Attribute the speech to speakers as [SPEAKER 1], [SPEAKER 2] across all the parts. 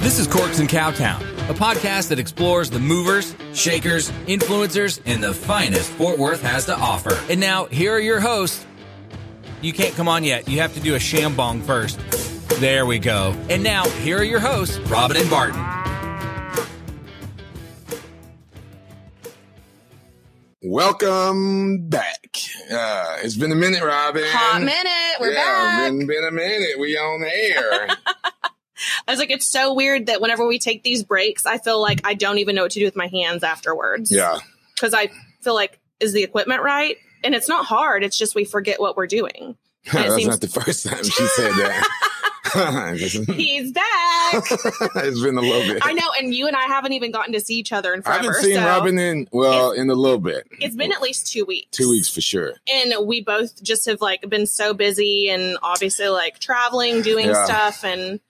[SPEAKER 1] This is Corks and Cowtown, a podcast that explores the movers, shakers, influencers, and the finest Fort Worth has to offer. And now, here are your hosts. You can't come on yet. You have to do a shambong first. There we go. And now, here are your hosts, Robin and Barton.
[SPEAKER 2] Welcome back. Uh, it's been a minute, Robin.
[SPEAKER 3] Hot minute. We're
[SPEAKER 2] yeah,
[SPEAKER 3] back.
[SPEAKER 2] been, been a minute. We on the air.
[SPEAKER 3] I was like, it's so weird that whenever we take these breaks, I feel like I don't even know what to do with my hands afterwards.
[SPEAKER 2] yeah,
[SPEAKER 3] Because I feel like, is the equipment right? And it's not hard. It's just we forget what we're doing. And it
[SPEAKER 2] that's
[SPEAKER 3] seems-
[SPEAKER 2] not the first time she said that. it's
[SPEAKER 3] He's back.
[SPEAKER 2] been a little bit.
[SPEAKER 3] I know. And you and I haven't even gotten to see each other in
[SPEAKER 2] I
[SPEAKER 3] forever.
[SPEAKER 2] haven't seen
[SPEAKER 3] so
[SPEAKER 2] Robin in well in a little bit.
[SPEAKER 3] it's been at least two weeks.
[SPEAKER 2] two weeks for sure.
[SPEAKER 3] And we both just have like been so busy and obviously like traveling, doing
[SPEAKER 2] Yeah.
[SPEAKER 3] stuff. And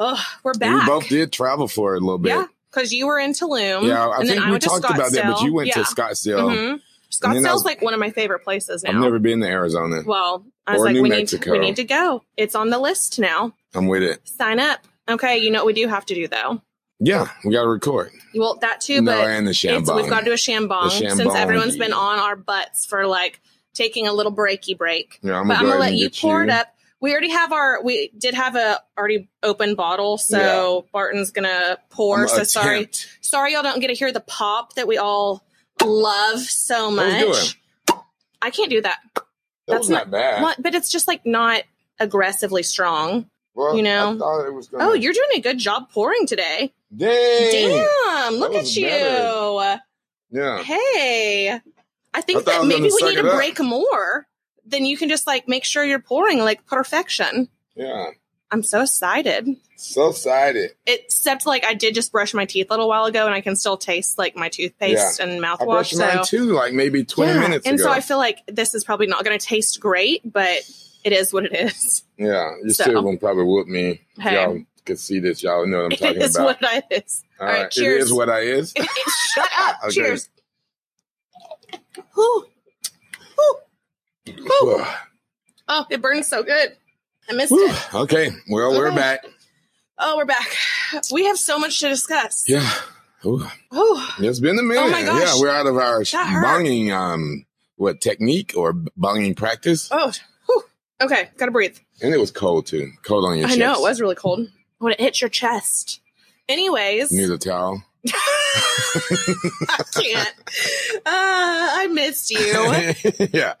[SPEAKER 3] oh, we're
[SPEAKER 2] And
[SPEAKER 3] back.
[SPEAKER 2] We both did travel for a little bit.
[SPEAKER 3] Yeah. Because you were in Tulum.
[SPEAKER 2] Yeah, I
[SPEAKER 3] and then
[SPEAKER 2] think we
[SPEAKER 3] went to
[SPEAKER 2] talked about that, but you went to
[SPEAKER 3] Scottsdale.
[SPEAKER 2] Scottsdale.
[SPEAKER 3] hmm
[SPEAKER 2] And then I was-
[SPEAKER 3] Scottsdale's like one of my favorite places now.
[SPEAKER 2] I've never been to Arizona.
[SPEAKER 3] well, I was
[SPEAKER 2] Or
[SPEAKER 3] like,
[SPEAKER 2] New
[SPEAKER 3] we
[SPEAKER 2] Mexico.
[SPEAKER 3] need we need to go. It's on the list now.
[SPEAKER 2] I'm with it.
[SPEAKER 3] Sign up. Okay, you know what we do have to do though.
[SPEAKER 2] Yeah, we got to record.
[SPEAKER 3] You want that too,
[SPEAKER 2] no,
[SPEAKER 3] but
[SPEAKER 2] and the
[SPEAKER 3] it's,
[SPEAKER 2] shambong.
[SPEAKER 3] we've got to do a shambong,
[SPEAKER 2] The
[SPEAKER 3] since
[SPEAKER 2] shambong,
[SPEAKER 3] everyone's been
[SPEAKER 2] yeah.
[SPEAKER 3] on our butts for like taking a little breaky break.
[SPEAKER 2] yeah, I'm
[SPEAKER 3] but I'm
[SPEAKER 2] go
[SPEAKER 3] gonna
[SPEAKER 2] ahead
[SPEAKER 3] let
[SPEAKER 2] and
[SPEAKER 3] you
[SPEAKER 2] get
[SPEAKER 3] pour it up. We already have our we did have a already open bottle, so Barton's gonna pour.
[SPEAKER 2] I'm
[SPEAKER 3] so
[SPEAKER 2] gonna
[SPEAKER 3] sorry,
[SPEAKER 2] attempt.
[SPEAKER 3] sorry y'all don't get to hear the pop that we all love so
[SPEAKER 2] That was
[SPEAKER 3] much.
[SPEAKER 2] good.
[SPEAKER 3] I can't do that.
[SPEAKER 2] That was
[SPEAKER 3] That's
[SPEAKER 2] not, bad.
[SPEAKER 3] Well, but it's just like not aggressively strong.
[SPEAKER 2] Well,
[SPEAKER 3] you know?
[SPEAKER 2] I thought it was gonna,
[SPEAKER 3] Oh, you're doing a good job pouring today.
[SPEAKER 2] dang.
[SPEAKER 3] Damn, look
[SPEAKER 2] was
[SPEAKER 3] at you.
[SPEAKER 2] better. Yeah,
[SPEAKER 3] Hey. I
[SPEAKER 2] I
[SPEAKER 3] think
[SPEAKER 2] thought I
[SPEAKER 3] that
[SPEAKER 2] was
[SPEAKER 3] maybe
[SPEAKER 2] gonna
[SPEAKER 3] we
[SPEAKER 2] suck
[SPEAKER 3] need
[SPEAKER 2] it
[SPEAKER 3] to
[SPEAKER 2] up.
[SPEAKER 3] break more. Then you can just like make sure you're pouring like perfection.
[SPEAKER 2] yeah.
[SPEAKER 3] I'm so excited.
[SPEAKER 2] So excited.
[SPEAKER 3] Except like I did just brush my teeth a little while ago and I can still taste like my toothpaste and
[SPEAKER 2] I
[SPEAKER 3] mouthwash.
[SPEAKER 2] brushed mine
[SPEAKER 3] so
[SPEAKER 2] too, like maybe 20
[SPEAKER 3] Yeah.
[SPEAKER 2] minutes
[SPEAKER 3] And
[SPEAKER 2] ago.
[SPEAKER 3] so I feel like this is probably not gonna taste great, but it is what it is.
[SPEAKER 2] yeah, you
[SPEAKER 3] So.
[SPEAKER 2] still gonna probably whoop me. if
[SPEAKER 3] Hey.
[SPEAKER 2] Y'all could see this. Y'all know what I'm
[SPEAKER 3] It
[SPEAKER 2] talking
[SPEAKER 3] is
[SPEAKER 2] about.
[SPEAKER 3] what it is.
[SPEAKER 2] All
[SPEAKER 3] All right,
[SPEAKER 2] right, it
[SPEAKER 3] cheers.
[SPEAKER 2] is what I is.
[SPEAKER 3] It- it- shut up.
[SPEAKER 2] Okay.
[SPEAKER 3] Cheers. Whew. Whew. Whew. Oh, it burns so good. I missed
[SPEAKER 2] Whew.
[SPEAKER 3] it.
[SPEAKER 2] Okay, well we're
[SPEAKER 3] Okay.
[SPEAKER 2] back.
[SPEAKER 3] Oh, we're back. We have so much to discuss.
[SPEAKER 2] Yeah, Ooh,
[SPEAKER 3] Whew.
[SPEAKER 2] it's been a minute.
[SPEAKER 3] Oh my gosh.
[SPEAKER 2] Yeah, we're out of our
[SPEAKER 3] hurt.
[SPEAKER 2] bonging um what technique or bonging practice,
[SPEAKER 3] Oh, whew. okay. Gotta breathe.
[SPEAKER 2] and it was cold too. Cold on your
[SPEAKER 3] I
[SPEAKER 2] chest.
[SPEAKER 3] know it was really cold when it hits your chest. Anyways,
[SPEAKER 2] Need a towel.
[SPEAKER 3] I can't. Uh, I missed you.
[SPEAKER 2] yeah.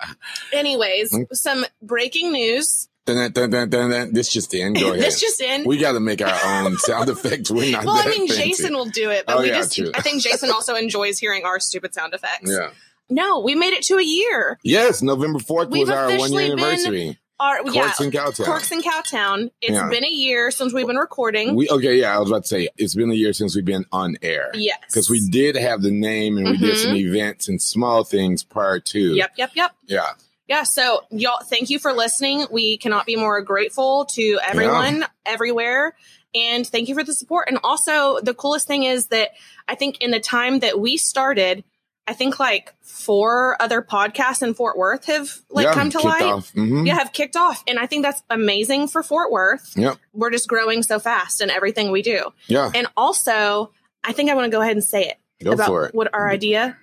[SPEAKER 3] Anyways,
[SPEAKER 2] Mm.
[SPEAKER 3] some breaking news.
[SPEAKER 2] Dun, dun, dun, dun, dun, dun. This just the end. Go ahead.
[SPEAKER 3] this just in.
[SPEAKER 2] we got to make our own sound effects. We're not.
[SPEAKER 3] well, I
[SPEAKER 2] that
[SPEAKER 3] mean,
[SPEAKER 2] fancy.
[SPEAKER 3] Jason will do it, but
[SPEAKER 2] Oh,
[SPEAKER 3] we
[SPEAKER 2] yeah,
[SPEAKER 3] just,
[SPEAKER 2] true.
[SPEAKER 3] I think Jason also enjoys hearing our stupid sound effects.
[SPEAKER 2] Yeah.
[SPEAKER 3] No, we made it to a year.
[SPEAKER 2] Yes, November fourth
[SPEAKER 3] We've
[SPEAKER 2] was our one year
[SPEAKER 3] officially been-
[SPEAKER 2] anniversary.
[SPEAKER 3] Our, yeah,
[SPEAKER 2] Corks and Cowtown.
[SPEAKER 3] Corks and Cowtown. It's
[SPEAKER 2] Yeah.
[SPEAKER 3] been a year since we've been recording.
[SPEAKER 2] we okay, yeah. I was about to say it's been a year since we've been on air.
[SPEAKER 3] yes.
[SPEAKER 2] Because we did have the name and we did
[SPEAKER 3] Mhm.
[SPEAKER 2] some events and small things prior to.
[SPEAKER 3] Yep, yep, yep.
[SPEAKER 2] Yeah.
[SPEAKER 3] Yeah, so y'all, thank you for listening. We cannot be more grateful to everyone, everywhere. And thank you for the support. And also, the coolest thing is that I think in the time that we started, I think like four other podcasts in Fort Worth have like
[SPEAKER 2] yeah,
[SPEAKER 3] come to
[SPEAKER 2] kicked
[SPEAKER 3] light.
[SPEAKER 2] Off. hmm
[SPEAKER 3] Yeah, have kicked off. And I think that's amazing for Fort Worth.
[SPEAKER 2] Yep.
[SPEAKER 3] We're just growing so fast in everything we do.
[SPEAKER 2] Yeah.
[SPEAKER 3] And also, I think I want to go ahead and say it
[SPEAKER 2] Go
[SPEAKER 3] about
[SPEAKER 2] for it.
[SPEAKER 3] what our idea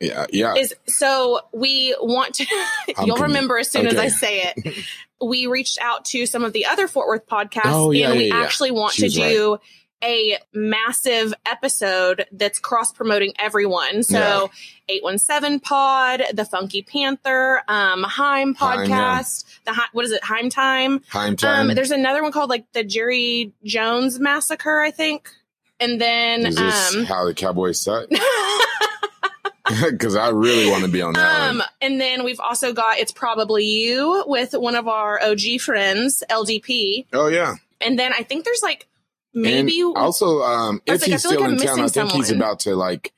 [SPEAKER 2] Yeah. Yeah.
[SPEAKER 3] is. So we want to,
[SPEAKER 2] I'm
[SPEAKER 3] you'll
[SPEAKER 2] con-
[SPEAKER 3] remember as soon as
[SPEAKER 2] okay.
[SPEAKER 3] I say it. We reached out to some of the other Fort Worth podcasts,
[SPEAKER 2] Oh, yeah,
[SPEAKER 3] and we
[SPEAKER 2] yeah, yeah.
[SPEAKER 3] actually want
[SPEAKER 2] She
[SPEAKER 3] to
[SPEAKER 2] was
[SPEAKER 3] do a massive episode that's cross promoting everyone. So, eight one seven pod, the Funky Panther, um,
[SPEAKER 2] Heim,
[SPEAKER 3] Heim
[SPEAKER 2] yeah.
[SPEAKER 3] podcast, the Hi- what is it, Heim Time?
[SPEAKER 2] Time
[SPEAKER 3] Um,
[SPEAKER 2] time.
[SPEAKER 3] there's another one called like the Jerry Jones Massacre, I think. And then
[SPEAKER 2] is this
[SPEAKER 3] um,
[SPEAKER 2] how the Cowboys suck? Because I really want to be on that
[SPEAKER 3] um
[SPEAKER 2] one.
[SPEAKER 3] and then we've also got it's probably you with one of our OG friends, LDP.
[SPEAKER 2] Oh yeah.
[SPEAKER 3] And then I think there's like maybe
[SPEAKER 2] and also um if
[SPEAKER 3] I was like, I
[SPEAKER 2] he's
[SPEAKER 3] feel like
[SPEAKER 2] still
[SPEAKER 3] I'm
[SPEAKER 2] in town i
[SPEAKER 3] missing
[SPEAKER 2] think he's
[SPEAKER 3] someone.
[SPEAKER 2] about to like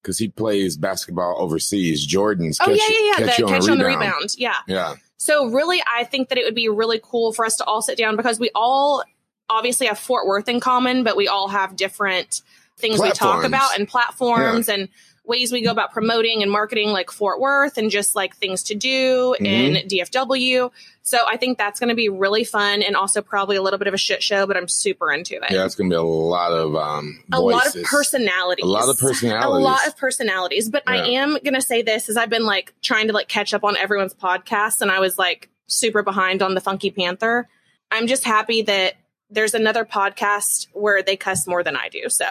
[SPEAKER 2] because he plays basketball overseas jordan's
[SPEAKER 3] Oh
[SPEAKER 2] catch,
[SPEAKER 3] yeah, yeah, yeah.
[SPEAKER 2] catch
[SPEAKER 3] the
[SPEAKER 2] you on,
[SPEAKER 3] catch
[SPEAKER 2] a
[SPEAKER 3] on the
[SPEAKER 2] rebound.
[SPEAKER 3] rebound. Yeah.
[SPEAKER 2] yeah
[SPEAKER 3] So really I think that it would be really cool for us to all sit down because we all obviously have Fort Worth in common, but we all have different things we talk
[SPEAKER 2] Platforms.
[SPEAKER 3] about and platforms and ways we go about promoting and marketing like Fort Worth and just like things to do
[SPEAKER 2] Mm-hmm.
[SPEAKER 3] in DFW. So I think that's going to be really fun and also probably a little bit of a shit show, but I'm super into it.
[SPEAKER 2] Yeah, it's gonna be a lot of um
[SPEAKER 3] a lot of
[SPEAKER 2] voices.
[SPEAKER 3] personalities.
[SPEAKER 2] a lot of personalities.
[SPEAKER 3] A lot of personalities. But I
[SPEAKER 2] Yeah.
[SPEAKER 3] am gonna say this is I've been like trying to like catch up on everyone's podcast and I was like super behind on the Funky Panther. I'm just happy that there's another podcast where they cuss more than I do. So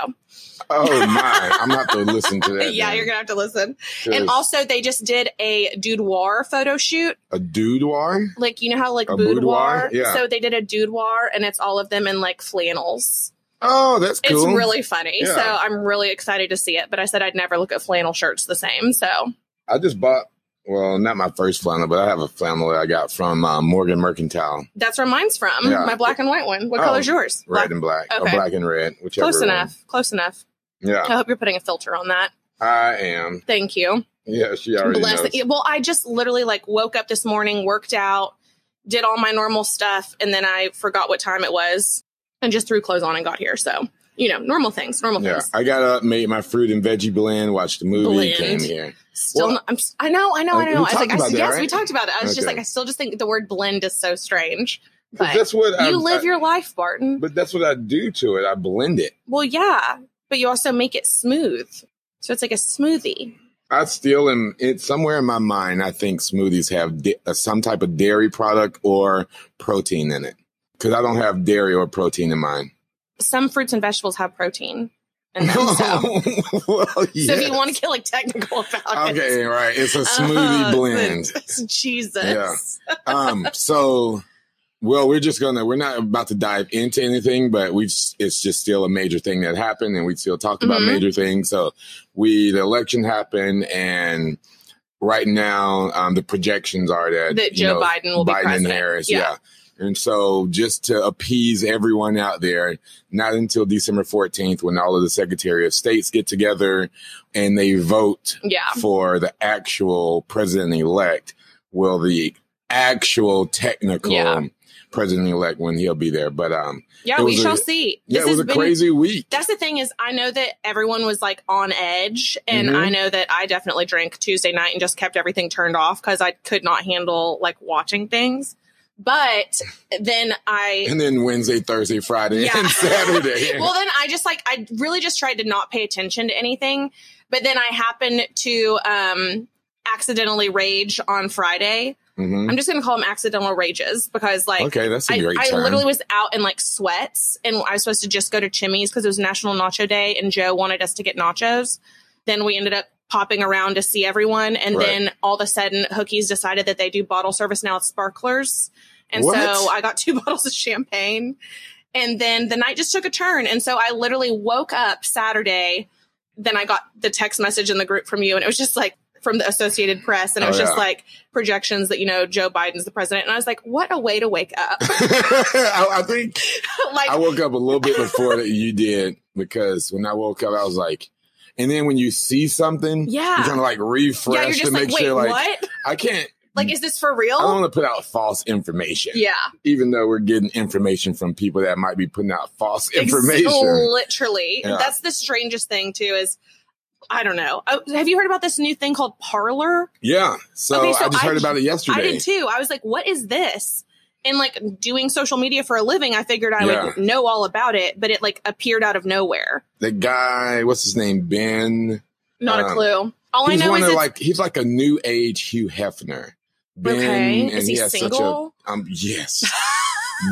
[SPEAKER 2] oh my! I'm gonna have to listen to that.
[SPEAKER 3] yeah,
[SPEAKER 2] then.
[SPEAKER 3] you're gonna have to listen.
[SPEAKER 2] 'Cause
[SPEAKER 3] And also they just did a boudoir photo shoot.
[SPEAKER 2] a boudoir.
[SPEAKER 3] Like you know how like
[SPEAKER 2] A
[SPEAKER 3] boudoir?
[SPEAKER 2] boudoir? Yeah.
[SPEAKER 3] So they did a boudoir and it's all of them in like flannels.
[SPEAKER 2] Oh, that's cool.
[SPEAKER 3] It's really funny.
[SPEAKER 2] Yeah.
[SPEAKER 3] So I'm really excited to see it. But I said I'd never look at flannel shirts the same. So
[SPEAKER 2] I just bought. Well, not my first flannel, but I have a flannel that I got from uh, Morgan Mercantile,
[SPEAKER 3] that's where mine's from.
[SPEAKER 2] Yeah.
[SPEAKER 3] My black and white one. What
[SPEAKER 2] Oh,
[SPEAKER 3] color's yours?
[SPEAKER 2] red
[SPEAKER 3] Black.
[SPEAKER 2] and black, or
[SPEAKER 3] Okay.
[SPEAKER 2] black and red, whichever.
[SPEAKER 3] Close
[SPEAKER 2] one.
[SPEAKER 3] enough. Close enough.
[SPEAKER 2] Yeah,
[SPEAKER 3] I hope you're putting a filter on that.
[SPEAKER 2] I am.
[SPEAKER 3] Thank you.
[SPEAKER 2] Yeah, she already
[SPEAKER 3] Bless.
[SPEAKER 2] knows.
[SPEAKER 3] Well, I just literally like woke up this morning, worked out, did all my normal stuff, and then I forgot what time it was and just threw clothes on and got here. So, you know, normal things, normal
[SPEAKER 2] Yeah,
[SPEAKER 3] things.
[SPEAKER 2] I got up, made my fruit and veggie blend, watched the movie,
[SPEAKER 3] Blend.
[SPEAKER 2] came here.
[SPEAKER 3] Still,
[SPEAKER 2] Well-
[SPEAKER 3] not, I'm, s- I know, I know,
[SPEAKER 2] Uh,
[SPEAKER 3] I
[SPEAKER 2] we
[SPEAKER 3] know. I was
[SPEAKER 2] talked
[SPEAKER 3] like, I,
[SPEAKER 2] about
[SPEAKER 3] s-
[SPEAKER 2] that,
[SPEAKER 3] yes,
[SPEAKER 2] right?
[SPEAKER 3] we talked about it. I was just
[SPEAKER 2] Okay.
[SPEAKER 3] like, I still just think the word blend is so strange.
[SPEAKER 2] 'Cause
[SPEAKER 3] But
[SPEAKER 2] that's what I,
[SPEAKER 3] you live
[SPEAKER 2] I-
[SPEAKER 3] your life, Barton.
[SPEAKER 2] But that's what I do to it. I blend it.
[SPEAKER 3] Well, yeah, but you also make it smooth. So it's like a smoothie.
[SPEAKER 2] I still am. It's somewhere in my mind. I think smoothies have di- uh, some type of dairy product or protein in it because I don't have dairy or protein in mine.
[SPEAKER 3] Some fruits and vegetables have protein in them.
[SPEAKER 2] well,
[SPEAKER 3] So, so if
[SPEAKER 2] Oh, yes.
[SPEAKER 3] you want to get like technical about
[SPEAKER 2] okay,
[SPEAKER 3] it,
[SPEAKER 2] right. It's a
[SPEAKER 3] Oh,
[SPEAKER 2] smoothie blend.
[SPEAKER 3] it's- Jesus.
[SPEAKER 2] Yeah. um, so, well, we're just gonna. We're not about to dive into anything, but we've. It's just still a major thing that happened, and we still talked about
[SPEAKER 3] Mhm.
[SPEAKER 2] major things. So, we the election happened, and right now, um, the projections are that
[SPEAKER 3] That
[SPEAKER 2] you
[SPEAKER 3] Joe
[SPEAKER 2] know,
[SPEAKER 3] Biden will be
[SPEAKER 2] Biden and
[SPEAKER 3] president.
[SPEAKER 2] Harris,
[SPEAKER 3] Yeah.
[SPEAKER 2] yeah. And so, just to appease everyone out there, not until December 14th, when all of the Secretary of States get together and they vote
[SPEAKER 3] Yeah.
[SPEAKER 2] for the actual president elect will the actual technical
[SPEAKER 3] Yeah.
[SPEAKER 2] president elect when he'll be there. But um
[SPEAKER 3] Yeah,
[SPEAKER 2] It
[SPEAKER 3] we
[SPEAKER 2] was a-
[SPEAKER 3] shall see.
[SPEAKER 2] yeah, it was
[SPEAKER 3] has
[SPEAKER 2] a crazy week.
[SPEAKER 3] That's the thing is I know that everyone was like on edge and
[SPEAKER 2] Mhm.
[SPEAKER 3] I know that I definitely drank Tuesday night and just kept everything turned off cuz I could not handle like watching things. But then I
[SPEAKER 2] And then Wednesday, Thursday, Friday,
[SPEAKER 3] Yeah.
[SPEAKER 2] and Saturday.
[SPEAKER 3] well then i just like i really just tried to not pay attention to anything but then i happened to um accidentally rage on friday
[SPEAKER 2] Mhm.
[SPEAKER 3] i'm just gonna call them accidental rages because like
[SPEAKER 2] Okay, that's a
[SPEAKER 3] I,
[SPEAKER 2] great
[SPEAKER 3] I
[SPEAKER 2] term.
[SPEAKER 3] literally was out in like sweats and I was supposed to just go to Chimmy's because it was National Nacho Day and Joe wanted us to get nachos. Then we ended up popping around to see everyone. And
[SPEAKER 2] Right.
[SPEAKER 3] then all of a sudden, Hookies decided that they do bottle service now with sparklers. And so
[SPEAKER 2] What?
[SPEAKER 3] I got two bottles of champagne. And then the night just took a turn. And so I literally woke up Saturday. Then I got the text message in the group from you, and it was just like from the Associated Press. And it
[SPEAKER 2] Oh,
[SPEAKER 3] was just
[SPEAKER 2] yeah.
[SPEAKER 3] like projections that, you know, Joe Biden's the president. And I was like, what a way to wake up.
[SPEAKER 2] I, I think
[SPEAKER 3] like
[SPEAKER 2] I woke up a little bit before that you did because when I woke up, I was like, and then when you see something,
[SPEAKER 3] yeah
[SPEAKER 2] you're trying to like refresh
[SPEAKER 3] yeah you're just
[SPEAKER 2] to
[SPEAKER 3] like
[SPEAKER 2] make
[SPEAKER 3] wait
[SPEAKER 2] sure, like,
[SPEAKER 3] what
[SPEAKER 2] I can't,
[SPEAKER 3] like is this for
[SPEAKER 2] I don't
[SPEAKER 3] real
[SPEAKER 2] want to put out false information.
[SPEAKER 3] yeah
[SPEAKER 2] even though we're getting information from people that might be putting out false
[SPEAKER 3] Ex- Oh.
[SPEAKER 2] information.
[SPEAKER 3] literally
[SPEAKER 2] Yeah.
[SPEAKER 3] that's the strangest thing too is i don't know Oh, have you heard about this new thing called parlor
[SPEAKER 2] yeah. So,
[SPEAKER 3] Okay, so
[SPEAKER 2] I just
[SPEAKER 3] I-
[SPEAKER 2] heard about it
[SPEAKER 3] i
[SPEAKER 2] yesterday.
[SPEAKER 3] did too i was like what is this and like doing social media for a living i figured i
[SPEAKER 2] Yeah.
[SPEAKER 3] would know all about it but it like appeared out of nowhere
[SPEAKER 2] the guy, what's his name? Ben.
[SPEAKER 3] not
[SPEAKER 2] Um,
[SPEAKER 3] a clue all i
[SPEAKER 2] he's
[SPEAKER 3] know
[SPEAKER 2] one
[SPEAKER 3] is
[SPEAKER 2] of
[SPEAKER 3] it's,
[SPEAKER 2] like he's like a new age Hugh Hefner. Ben,
[SPEAKER 3] okay
[SPEAKER 2] and
[SPEAKER 3] is he,
[SPEAKER 2] has
[SPEAKER 3] single
[SPEAKER 2] such a um yes.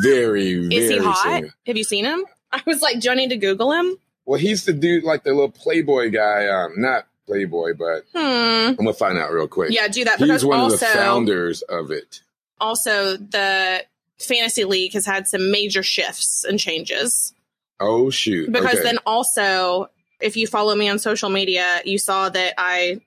[SPEAKER 2] very, very
[SPEAKER 3] is he hot
[SPEAKER 2] single.
[SPEAKER 3] have you seen him i was like do i need to google him
[SPEAKER 2] Well, he's the dude like the little Playboy guy, um, not Playboy, but
[SPEAKER 3] hmm
[SPEAKER 2] I'm gonna find out real quick.
[SPEAKER 3] yeah do that because
[SPEAKER 2] He's one
[SPEAKER 3] also
[SPEAKER 2] of the founders of it.
[SPEAKER 3] also the fantasy league has had some major shifts and changes
[SPEAKER 2] Oh shoot.
[SPEAKER 3] because
[SPEAKER 2] Okay.
[SPEAKER 3] then also if you follow me on social media you saw that i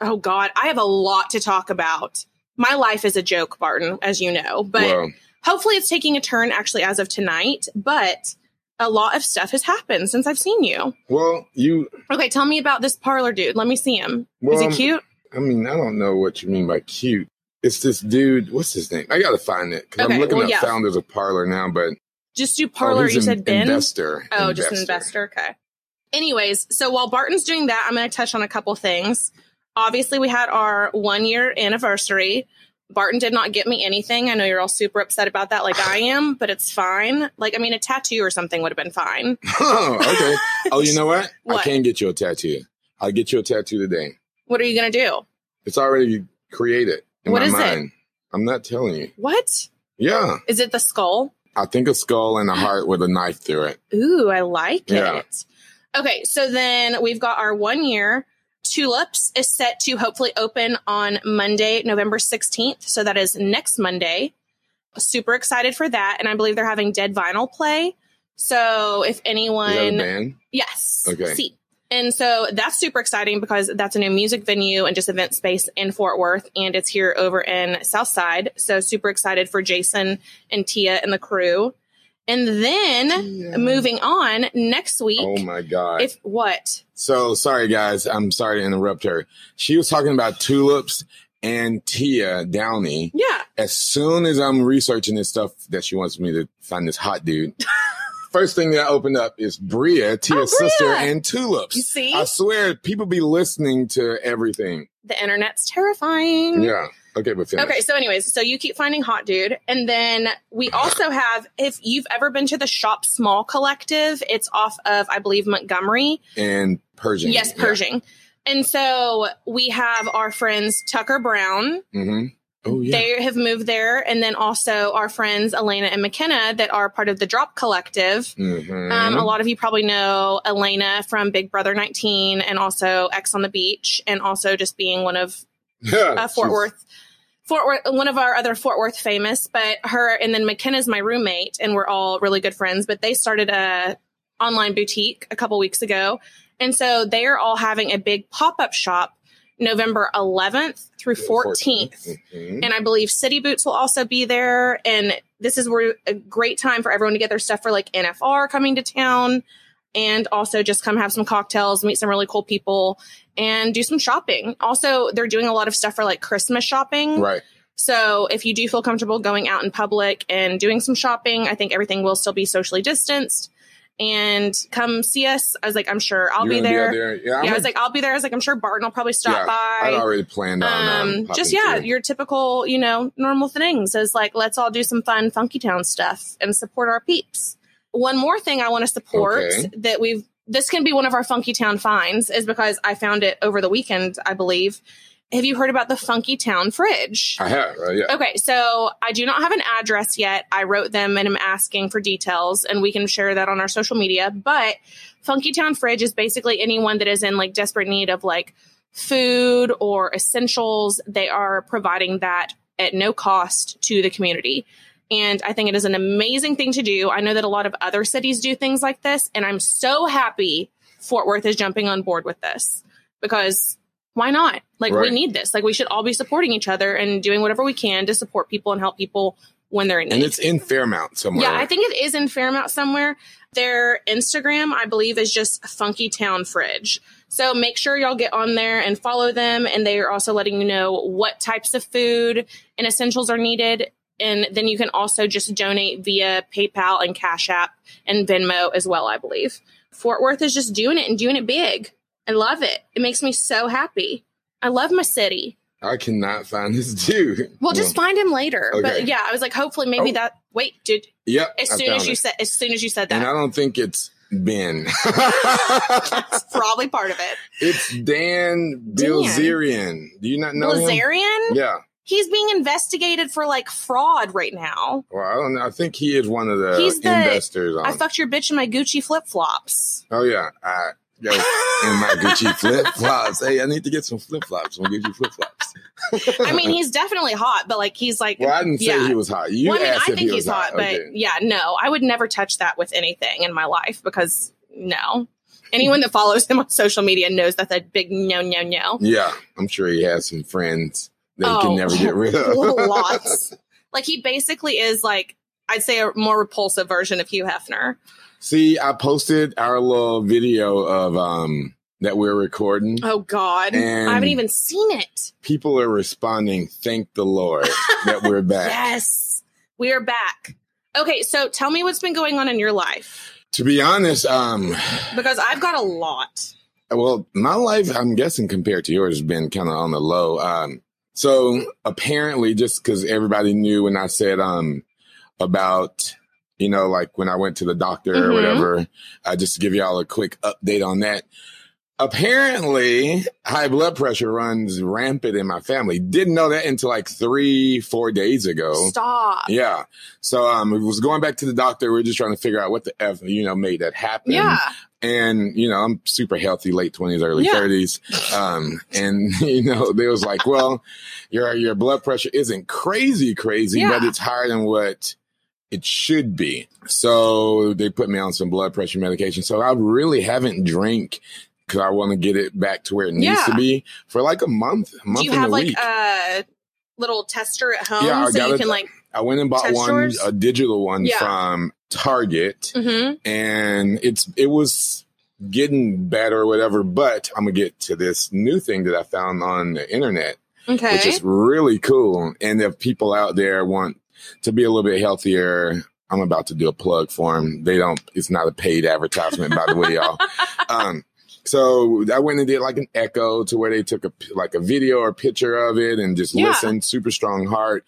[SPEAKER 3] oh god i have a lot to talk about my life is a joke barton as you know but
[SPEAKER 2] Well,
[SPEAKER 3] hopefully it's taking a turn actually as of tonight but a lot of stuff has happened since i've seen you
[SPEAKER 2] well, you
[SPEAKER 3] okay tell me about this parlor dude let me see him
[SPEAKER 2] well,
[SPEAKER 3] is he cute
[SPEAKER 2] I mean, I don't know what you mean by cute. It's this dude. What's his name? I gotta find it because
[SPEAKER 3] Okay,
[SPEAKER 2] I'm looking
[SPEAKER 3] well,
[SPEAKER 2] at
[SPEAKER 3] yeah.
[SPEAKER 2] founders of Parlor now. But
[SPEAKER 3] just do
[SPEAKER 2] oh,
[SPEAKER 3] parlor
[SPEAKER 2] he's
[SPEAKER 3] you
[SPEAKER 2] an
[SPEAKER 3] said ben
[SPEAKER 2] investor.
[SPEAKER 3] oh just an Oh, investor okay anyways, so while Barton's doing that, I'm going to touch on a couple things. Obviously, we had our one year anniversary. Barton did not get me anything. I know you're all super upset about that, like I am, but it's fine. Like, I mean, a tattoo or something would have been fine.
[SPEAKER 2] oh, okay. Oh, you know what? I can get you a tattoo. I'll get you a tattoo today.
[SPEAKER 3] What are you going to do?
[SPEAKER 2] It's already created in
[SPEAKER 3] What
[SPEAKER 2] my
[SPEAKER 3] is it?
[SPEAKER 2] mind. I'm not telling you.
[SPEAKER 3] What?
[SPEAKER 2] Yeah.
[SPEAKER 3] Is it the skull?
[SPEAKER 2] I think a skull and a heart with a knife through it.
[SPEAKER 3] Ooh, I like
[SPEAKER 2] Yeah.
[SPEAKER 3] it. Okay, so then we've got our one year. Tulips is set to hopefully open on Monday, November 16th. So that is next Monday. Super excited for that. And I believe they're having Dead Vinyl play. So if
[SPEAKER 2] Is that a
[SPEAKER 3] anyone,
[SPEAKER 2] band?
[SPEAKER 3] yes.
[SPEAKER 2] Okay.
[SPEAKER 3] See. And so that's super exciting because that's a new music venue and just event space in Fort Worth. And it's here over in Southside. So super excited for Jason and Tia and the crew. And then moving on next week
[SPEAKER 2] Oh my god.
[SPEAKER 3] if what
[SPEAKER 2] So sorry, guys. I'm sorry to interrupt her. She was talking about tulips and Tia Downey.
[SPEAKER 3] yeah
[SPEAKER 2] As soon as I'm researching this stuff that she wants me to find this hot dude, first thing that I opened up is Bria, Tia's
[SPEAKER 3] Oh, Bria.
[SPEAKER 2] sister, and tulips.
[SPEAKER 3] You see?
[SPEAKER 2] I swear, people be listening to everything.
[SPEAKER 3] the internet's terrifying
[SPEAKER 2] Yeah. Okay, but finish.
[SPEAKER 3] Mm-hmm. okay so anyways so you keep finding hot dude and then we also have if you've ever been to the shop small collective it's off of i believe montgomery
[SPEAKER 2] And Persian.
[SPEAKER 3] yes pershing and so we have our friends tucker brown
[SPEAKER 2] hmm Oh yeah.
[SPEAKER 3] they have moved there and then also our friends elena and mckenna that are part of the drop collective
[SPEAKER 2] Mhm.
[SPEAKER 3] Um, a lot of you probably know Elena from Big Brother 19 and also X on the Beach, and also just being one of uh, Fort
[SPEAKER 2] She's-
[SPEAKER 3] Worth, Fort Worth, one of our other Fort Worth famous. But her and then McKenna's my roommate, and we're all really good friends. But they started a online boutique a couple weeks ago, and so they are all having a big pop up shop November 11th through 14th
[SPEAKER 2] Mhm.
[SPEAKER 3] and I believe City Boots will also be there. And this is where a great time for everyone to get their stuff for like NFR coming to town, and also just come have some cocktails, meet some really cool people, and do some shopping. Also, they're doing a lot of stuff for like Christmas shopping.
[SPEAKER 2] Right.
[SPEAKER 3] So if you do feel comfortable going out in public and doing some shopping, I think everything will still be socially distanced. And come see us. I was like, I'm sure I'll
[SPEAKER 2] You're
[SPEAKER 3] be
[SPEAKER 2] gonna
[SPEAKER 3] there.
[SPEAKER 2] out there. Yeah. I'm
[SPEAKER 3] Yeah, I
[SPEAKER 2] a-
[SPEAKER 3] was like, I'll be there. I was like, I'm sure Barton will probably stop
[SPEAKER 2] Yeah,
[SPEAKER 3] by
[SPEAKER 2] I'd already planned on um,
[SPEAKER 3] um,
[SPEAKER 2] popping
[SPEAKER 3] just yeah,
[SPEAKER 2] through.
[SPEAKER 3] your typical, you know, normal things is like let's all do some fun funky town stuff and support our peeps. One more thing I want to support
[SPEAKER 2] Okay.
[SPEAKER 3] that we've this can be one of our funky town finds is because I found it over the weekend, I believe. Have you heard about the funky town fridge?
[SPEAKER 2] I have. Uh, yeah.
[SPEAKER 3] Okay, so I do not have an address yet. I wrote them and I'm asking for details, and we can share that on our social media. But Funky Town Fridge is basically anyone that is in like desperate need of like food or essentials. They are providing that at no cost to the community. And I think it is an amazing thing to do. I know that a lot of other cities do things like this, and I'm so happy Fort Worth is jumping on board with this because why not? Like, we
[SPEAKER 2] Right.
[SPEAKER 3] need this. Like, we should all be supporting each other and doing whatever we can to support people and help people when they're in need.
[SPEAKER 2] And it's in Fairmount somewhere.
[SPEAKER 3] Yeah, I think it is in Fairmount somewhere. Their Instagram, I believe, is just Funky Town Fridge. So make sure y'all get on there and follow them. And they are also letting you know what types of food and essentials are needed. And then you can also just donate via PayPal and Cash App and Venmo as well, I believe. Fort Worth is just doing it and doing it big. I love it. It makes me so happy. I love my city.
[SPEAKER 2] I cannot find this dude.
[SPEAKER 3] We'll just find him later. But
[SPEAKER 2] Okay.
[SPEAKER 3] yeah, I was like, hopefully, maybe
[SPEAKER 2] Oh.
[SPEAKER 3] that. Wait, dude.
[SPEAKER 2] Yep.
[SPEAKER 3] As
[SPEAKER 2] I
[SPEAKER 3] soon as
[SPEAKER 2] found
[SPEAKER 3] you
[SPEAKER 2] it.
[SPEAKER 3] said, as soon as you said
[SPEAKER 2] And I
[SPEAKER 3] that,
[SPEAKER 2] don't think it's Ben.
[SPEAKER 3] that's probably part of it.
[SPEAKER 2] it's Dan Bilzerian. Do you not know him?
[SPEAKER 3] Blazarian,
[SPEAKER 2] Yeah.
[SPEAKER 3] he's being investigated for like fraud right now.
[SPEAKER 2] Well, I don't know. I think he is one of the
[SPEAKER 3] He's the-
[SPEAKER 2] investors on.
[SPEAKER 3] I fucked your bitch in my Gucci flip flops.
[SPEAKER 2] oh yeah. I, yo, in my Gucci flip flops. Hey, I need to get some flip flops. Some Gucci flip flops.
[SPEAKER 3] I mean, he's definitely hot, but like he's like,
[SPEAKER 2] Well, I didn't say
[SPEAKER 3] yeah.
[SPEAKER 2] he was hot. You
[SPEAKER 3] well, I mean,
[SPEAKER 2] asked
[SPEAKER 3] I
[SPEAKER 2] if
[SPEAKER 3] think
[SPEAKER 2] he was
[SPEAKER 3] he's hot, but
[SPEAKER 2] Okay.
[SPEAKER 3] yeah, no, I would never touch that with anything in my life because no. Anyone that follows him on social media knows that's a big no, no, no.
[SPEAKER 2] Yeah, I'm sure he has some friends that he
[SPEAKER 3] Oh.
[SPEAKER 2] can never get rid of.
[SPEAKER 3] Lots. Like he basically is like, I'd say a more repulsive version of Hugh Hefner.
[SPEAKER 2] See, I posted our little video of um that we're recording.
[SPEAKER 3] Oh God,
[SPEAKER 2] And-
[SPEAKER 3] I haven't even seen it.
[SPEAKER 2] People are responding, "Thank the Lord that we're back."
[SPEAKER 3] Yes, we are back. Okay, so tell me what's been going on in your life.
[SPEAKER 2] To be honest, um,
[SPEAKER 3] Because I've got a lot.
[SPEAKER 2] well, my life, I'm guessing compared to yours, has been kind of on the low. Um, so apparently, just because everybody knew when I said um about you know like when I went to the doctor or
[SPEAKER 3] Mhm.
[SPEAKER 2] whatever, uh, just to give y'all a quick update on that. Apparently, high blood pressure runs rampant in my family. Didn't know that until like three, four days ago.
[SPEAKER 3] Stop.
[SPEAKER 2] Yeah. So um, it was going back to the doctor. We are just trying to figure out what the f you know made that happen
[SPEAKER 3] Yeah.
[SPEAKER 2] and you know i'm super healthy late 20s early
[SPEAKER 3] Yeah.
[SPEAKER 2] 30s um and you know they was like well your your blood pressure isn't crazy crazy
[SPEAKER 3] Yeah.
[SPEAKER 2] but it's higher than what it should be so they put me on some blood pressure medication so i really haven't drank because i want to get it back to where it needs to
[SPEAKER 3] Yeah.
[SPEAKER 2] be for like a month month
[SPEAKER 3] Do you
[SPEAKER 2] and
[SPEAKER 3] have
[SPEAKER 2] a
[SPEAKER 3] like
[SPEAKER 2] week
[SPEAKER 3] a little tester at home
[SPEAKER 2] Yeah, I
[SPEAKER 3] so
[SPEAKER 2] got
[SPEAKER 3] you
[SPEAKER 2] it.
[SPEAKER 3] can like?
[SPEAKER 2] i went and bought
[SPEAKER 3] test
[SPEAKER 2] one
[SPEAKER 3] yours?
[SPEAKER 2] a digital one
[SPEAKER 3] Yeah.
[SPEAKER 2] from target
[SPEAKER 3] Mhm.
[SPEAKER 2] and it's it was getting better or whatever but i'm gonna get to this new thing that i found on the internet
[SPEAKER 3] Okay.
[SPEAKER 2] which is really cool and if people out there want to be a little bit healthier i'm about to do a plug for them they don't it's not a paid advertisement by the way y'all um so I went and did like an echo to where they took a p- like a video or picture of it and just
[SPEAKER 3] Yeah.
[SPEAKER 2] listened. Super strong heart,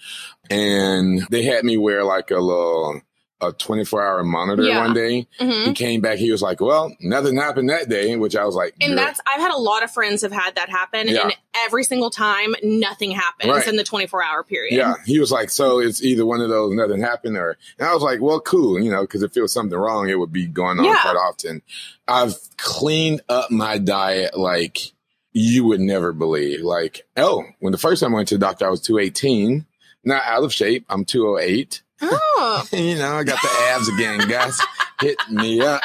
[SPEAKER 2] and they had me wear like a little a twenty four hour monitor
[SPEAKER 3] Yeah.
[SPEAKER 2] one day,
[SPEAKER 3] Mhm.
[SPEAKER 2] he came back. He was like, "Well, nothing happened that day," which I was like,
[SPEAKER 3] And
[SPEAKER 2] "You're
[SPEAKER 3] that's I've had a lot of friends have had that happen,
[SPEAKER 2] Yeah.
[SPEAKER 3] and every single time nothing happens
[SPEAKER 2] Right.
[SPEAKER 3] in the 24 hour period.
[SPEAKER 2] Yeah, he was like, so it's either one of those, nothing happened, or, and I was like, well, cool, you know, because if it was something wrong, it would be going on
[SPEAKER 3] Yeah.
[SPEAKER 2] quite often. I've cleaned up my diet like you would never believe. Like, oh, when the first time I went to the doctor, I was 218, not out of shape. I'm 208.
[SPEAKER 3] Oh,
[SPEAKER 2] you know, I got the abs again, guys. Hit me up.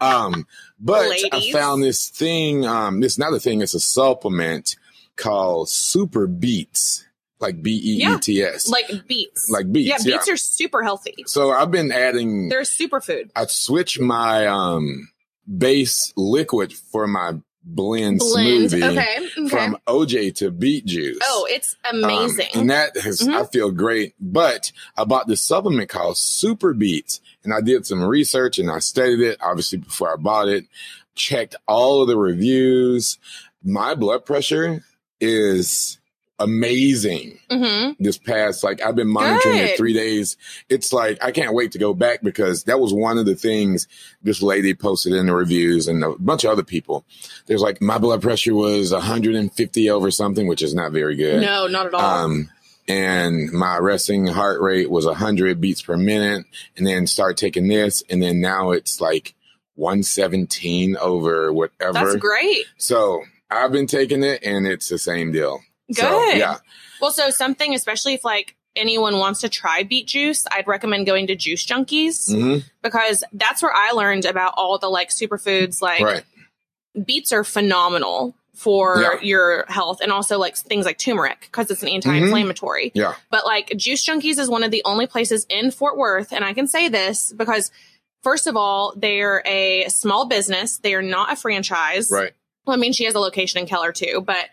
[SPEAKER 2] Um, but I
[SPEAKER 3] Ladies.
[SPEAKER 2] found this thing. Um, it's not a thing. It's a supplement called Super Beats, like B E E T S.
[SPEAKER 3] like beets.
[SPEAKER 2] Like beets,
[SPEAKER 3] Yeah,
[SPEAKER 2] yeah.
[SPEAKER 3] beets are super healthy.
[SPEAKER 2] So I've been adding.
[SPEAKER 3] They're superfood.
[SPEAKER 2] I switched my um base liquid for my blend,
[SPEAKER 3] Blend.
[SPEAKER 2] smoothie
[SPEAKER 3] Okay. Okay.
[SPEAKER 2] from OJ to beet juice.
[SPEAKER 3] oh, it's
[SPEAKER 2] Um,
[SPEAKER 3] amazing. Mm-hmm.
[SPEAKER 2] and that has, I feel great. But I bought this supplement called Super Beats and I did some research and I studied it obviously before I bought it, checked all of the reviews. My blood pressure is amazing
[SPEAKER 3] hmm
[SPEAKER 2] this past like I've been monitoring it
[SPEAKER 3] Good.
[SPEAKER 2] three days. It's like I can't wait to go back because that was one of the things this lady posted in the reviews and a bunch of other people. There's like my blood pressure was 150 over something, which is not very good.
[SPEAKER 3] No, not at all.
[SPEAKER 2] Um, and my resting heart rate was 100 beats per minute, and then start taking this, and then now it's like 117 over whatever.
[SPEAKER 3] That's great.
[SPEAKER 2] So I've been taking it, and it's the same deal.
[SPEAKER 3] Good.
[SPEAKER 2] So, yeah.
[SPEAKER 3] Well, so something, especially if like anyone wants to try beet juice, I'd recommend going to Juice Junkies
[SPEAKER 2] Mhm.
[SPEAKER 3] because that's where I learned about all the like superfoods. Like
[SPEAKER 2] Right.
[SPEAKER 3] beets are phenomenal for
[SPEAKER 2] Yeah. Mm-hmm.
[SPEAKER 3] your health and also like things like turmeric because it's an anti-inflammatory.
[SPEAKER 2] Yeah.
[SPEAKER 3] But like Juice Junkies is one of the only places in Fort Worth, and I can say this because first of all, they're a small business. They are not a franchise.
[SPEAKER 2] Right.
[SPEAKER 3] Well, I mean, she has a location in Keller too, but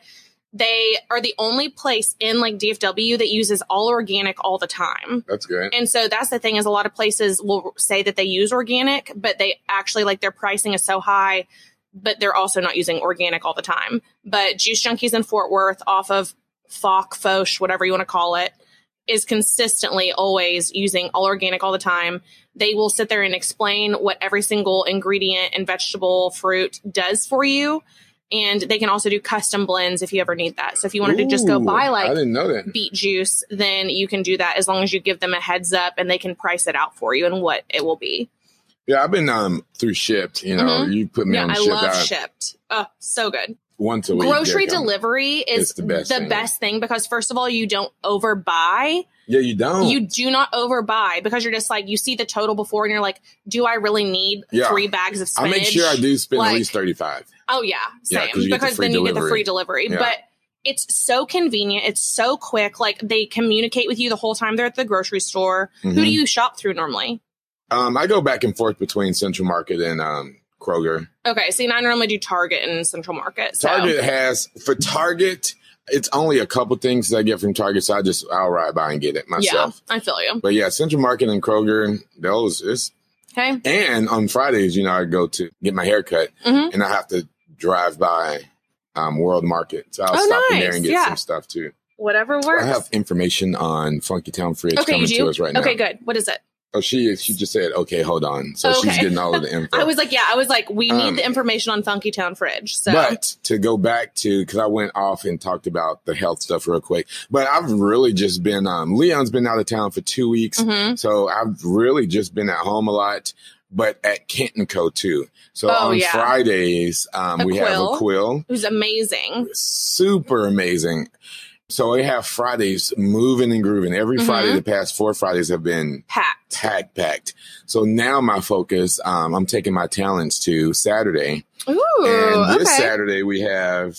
[SPEAKER 3] they are the only place in like DFW that uses all organic all the time.
[SPEAKER 2] That's good.
[SPEAKER 3] And so that's the thing is a lot of places will say that they use organic, but they actually like their pricing is so high, but they're also not using organic all the time. But Juice Junkies in Fort Worth off of Fock, Foch, whatever you want to call it, is consistently always using all organic all the time. They will sit there and explain what every single ingredient and vegetable fruit does for you. And they can also do custom blends if you ever need that. So if you wanted to just go
[SPEAKER 2] Ooh,
[SPEAKER 3] buy
[SPEAKER 2] I
[SPEAKER 3] like
[SPEAKER 2] didn't know that.
[SPEAKER 3] beet juice, then you can do that as long as you give them a heads up and they can price it out for you and what it will be.
[SPEAKER 2] Yeah, I've been um through shipped. You know,
[SPEAKER 3] Mhm.
[SPEAKER 2] you put me
[SPEAKER 3] yeah,
[SPEAKER 2] on
[SPEAKER 3] I
[SPEAKER 2] shipped
[SPEAKER 3] love
[SPEAKER 2] I-
[SPEAKER 3] shipped. Oh, so good.
[SPEAKER 2] once a week.
[SPEAKER 3] Grocery
[SPEAKER 2] yeah, come-
[SPEAKER 3] delivery is
[SPEAKER 2] It's the best thing.
[SPEAKER 3] thing because first of all, you don't overbuy.
[SPEAKER 2] Yeah, you don't.
[SPEAKER 3] You do not overbuy because you're just like you see the total before and you're like, do I really need
[SPEAKER 2] Yeah.
[SPEAKER 3] three bags of
[SPEAKER 2] I
[SPEAKER 3] spinach?
[SPEAKER 2] make sure I do spend
[SPEAKER 3] like-
[SPEAKER 2] at least thirty five.
[SPEAKER 3] Oh yeah,
[SPEAKER 2] Yeah,
[SPEAKER 3] same.
[SPEAKER 2] 'cause you get the
[SPEAKER 3] because
[SPEAKER 2] free
[SPEAKER 3] then you get the
[SPEAKER 2] delivery.
[SPEAKER 3] free delivery.
[SPEAKER 2] Yeah.
[SPEAKER 3] But it's so convenient. It's so quick. Like they communicate with you the whole time they're at the grocery store. Who
[SPEAKER 2] Mm-hmm.
[SPEAKER 3] do you shop through normally?
[SPEAKER 2] Um, I go back and forth between Central Market and um Kroger.
[SPEAKER 3] Okay, see, now I normally do Target and Central Market. So.
[SPEAKER 2] Target has for Target, it's only a couple things that I get from Target, so I just I'll ride by and get it
[SPEAKER 3] yeah,
[SPEAKER 2] myself.
[SPEAKER 3] I feel you.
[SPEAKER 2] But yeah, Central Market and Kroger, those it's
[SPEAKER 3] Okay.
[SPEAKER 2] And on Fridays, you know, I go to get my hair cut
[SPEAKER 3] Mhm.
[SPEAKER 2] and I have to drive by um, World Market. So I'll
[SPEAKER 3] Oh,
[SPEAKER 2] stop in there
[SPEAKER 3] nice.
[SPEAKER 2] and get
[SPEAKER 3] Yeah.
[SPEAKER 2] some stuff too.
[SPEAKER 3] Whatever
[SPEAKER 2] I
[SPEAKER 3] works.
[SPEAKER 2] have information on Funky Town Fridge
[SPEAKER 3] okay, you
[SPEAKER 2] coming to
[SPEAKER 3] do.
[SPEAKER 2] us right now.
[SPEAKER 3] okay, good. What is it?
[SPEAKER 2] Oh, she is. She just said, okay, hold on. So she's
[SPEAKER 3] Okay.
[SPEAKER 2] getting all of the info.
[SPEAKER 3] I was like, yeah, I was like, we need
[SPEAKER 2] Um,
[SPEAKER 3] the information on Funky Town Fridge. So
[SPEAKER 2] But to go back to, because I went off and talked about the health stuff real quick, but I've really just been, um, Leon's been out of town for two weeks.
[SPEAKER 3] Mhm.
[SPEAKER 2] So I've really just been at home a lot, but at Kent and Co too. So
[SPEAKER 3] Oh,
[SPEAKER 2] on
[SPEAKER 3] yeah.
[SPEAKER 2] Fridays, um,
[SPEAKER 3] A
[SPEAKER 2] we have a
[SPEAKER 3] quill.
[SPEAKER 2] quill
[SPEAKER 3] it was amazing.
[SPEAKER 2] super amazing. So they have Fridays moving and grooving. Every
[SPEAKER 3] Mhm.
[SPEAKER 2] Friday, the past four Fridays have been
[SPEAKER 3] Packed.
[SPEAKER 2] packed, packed. So now my focus, um, I'm taking my talents to Saturday.
[SPEAKER 3] Ooh,
[SPEAKER 2] and
[SPEAKER 3] okay.
[SPEAKER 2] this Saturday we have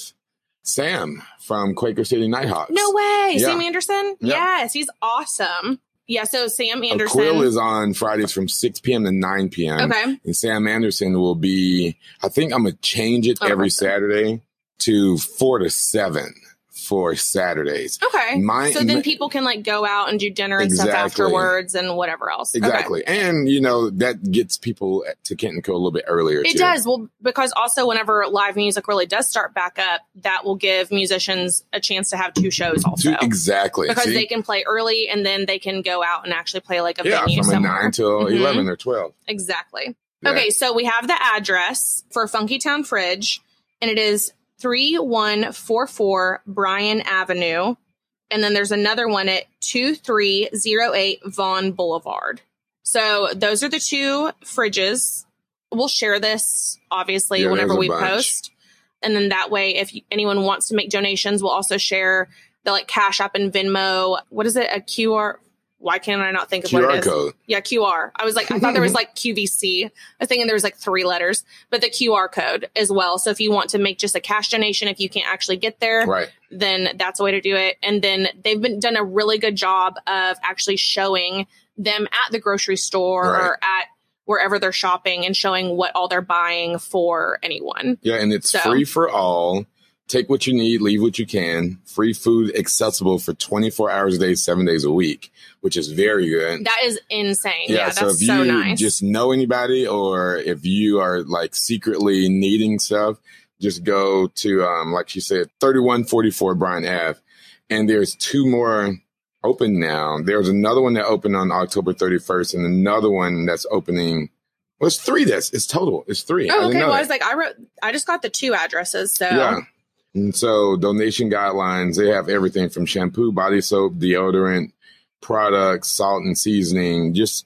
[SPEAKER 2] Sam from Quaker City Nighthawks.
[SPEAKER 3] No way.
[SPEAKER 2] Yeah.
[SPEAKER 3] Sam Anderson?
[SPEAKER 2] Yeah.
[SPEAKER 3] Yes, he's awesome. Yeah, so Sam
[SPEAKER 2] A
[SPEAKER 3] Anderson.
[SPEAKER 2] Quill is on Fridays from 6 p.m. to 9 p.m.
[SPEAKER 3] okay.
[SPEAKER 2] And Sam Anderson will be, I think I'm going to change it
[SPEAKER 3] Oh,
[SPEAKER 2] every
[SPEAKER 3] awesome.
[SPEAKER 2] Saturday to 4 to 7 for Saturdays.
[SPEAKER 3] Okay.
[SPEAKER 2] My-
[SPEAKER 3] so then
[SPEAKER 2] my-
[SPEAKER 3] people can like go out and do dinner and stuff
[SPEAKER 2] Exactly.
[SPEAKER 3] afterwards and whatever else. Okay.
[SPEAKER 2] Exactly. And, you know, that gets people to Kent and Co a little bit earlier.
[SPEAKER 3] It
[SPEAKER 2] too.
[SPEAKER 3] does. Well, because also whenever live music really does start back up, that will give musicians a chance to have two shows also.
[SPEAKER 2] Too- exactly.
[SPEAKER 3] Because
[SPEAKER 2] See?
[SPEAKER 3] they can play early and then they can go out and actually play like a
[SPEAKER 2] yeah,
[SPEAKER 3] venue
[SPEAKER 2] from a
[SPEAKER 3] somewhere.
[SPEAKER 2] 9 till
[SPEAKER 3] Mhm.
[SPEAKER 2] 11 or 12.
[SPEAKER 3] Exactly.
[SPEAKER 2] Yeah.
[SPEAKER 3] Okay, so we have the address for Funky Town Fridge, and it is 3144 Bryan Avenue. And then there's another one at 2308 Vaughn Boulevard. So those are the two fridges. We'll share this, obviously,
[SPEAKER 2] Yeah,
[SPEAKER 3] whenever
[SPEAKER 2] there's a
[SPEAKER 3] we
[SPEAKER 2] bunch.
[SPEAKER 3] post. And then that way, if you- anyone wants to make donations, we'll also share the like Cash App and Venmo. What is it? A QR? Why can't I not think of what it
[SPEAKER 2] QR
[SPEAKER 3] is?
[SPEAKER 2] code.
[SPEAKER 3] Yeah, QR. I was like, I thought there was like QVC. I was thinking there was like three letters, but the QR code as well. So if you want to make just a cash donation, if you can't actually get there,
[SPEAKER 2] Right.
[SPEAKER 3] then that's a way to do it. And then they've been done a really good job of actually showing them at the grocery store or at wherever they're shopping and showing what all they're buying for anyone.
[SPEAKER 2] Yeah, and it's
[SPEAKER 3] So-
[SPEAKER 2] free for all. Take what you need, leave what you can. Free food accessible for 24 hours a day, seven days a week, which is very good.
[SPEAKER 3] That is insane. Yeah,
[SPEAKER 2] yeah, so if
[SPEAKER 3] that's so
[SPEAKER 2] you
[SPEAKER 3] nice.
[SPEAKER 2] just know anybody or if you are like secretly needing stuff, just go to, um, like she said, 3144 Brian Ave. And there's two more open now. There's another one that opened on October 31st and another one that's opening. Well, it's three that's, it's total. It's three.
[SPEAKER 3] oh, okay. Well,
[SPEAKER 2] that.
[SPEAKER 3] I was like, I wrote, I just got the two addresses. So
[SPEAKER 2] Yeah. And so donation guidelines, they have everything from shampoo, body soap, deodorant, products, salt and seasoning, just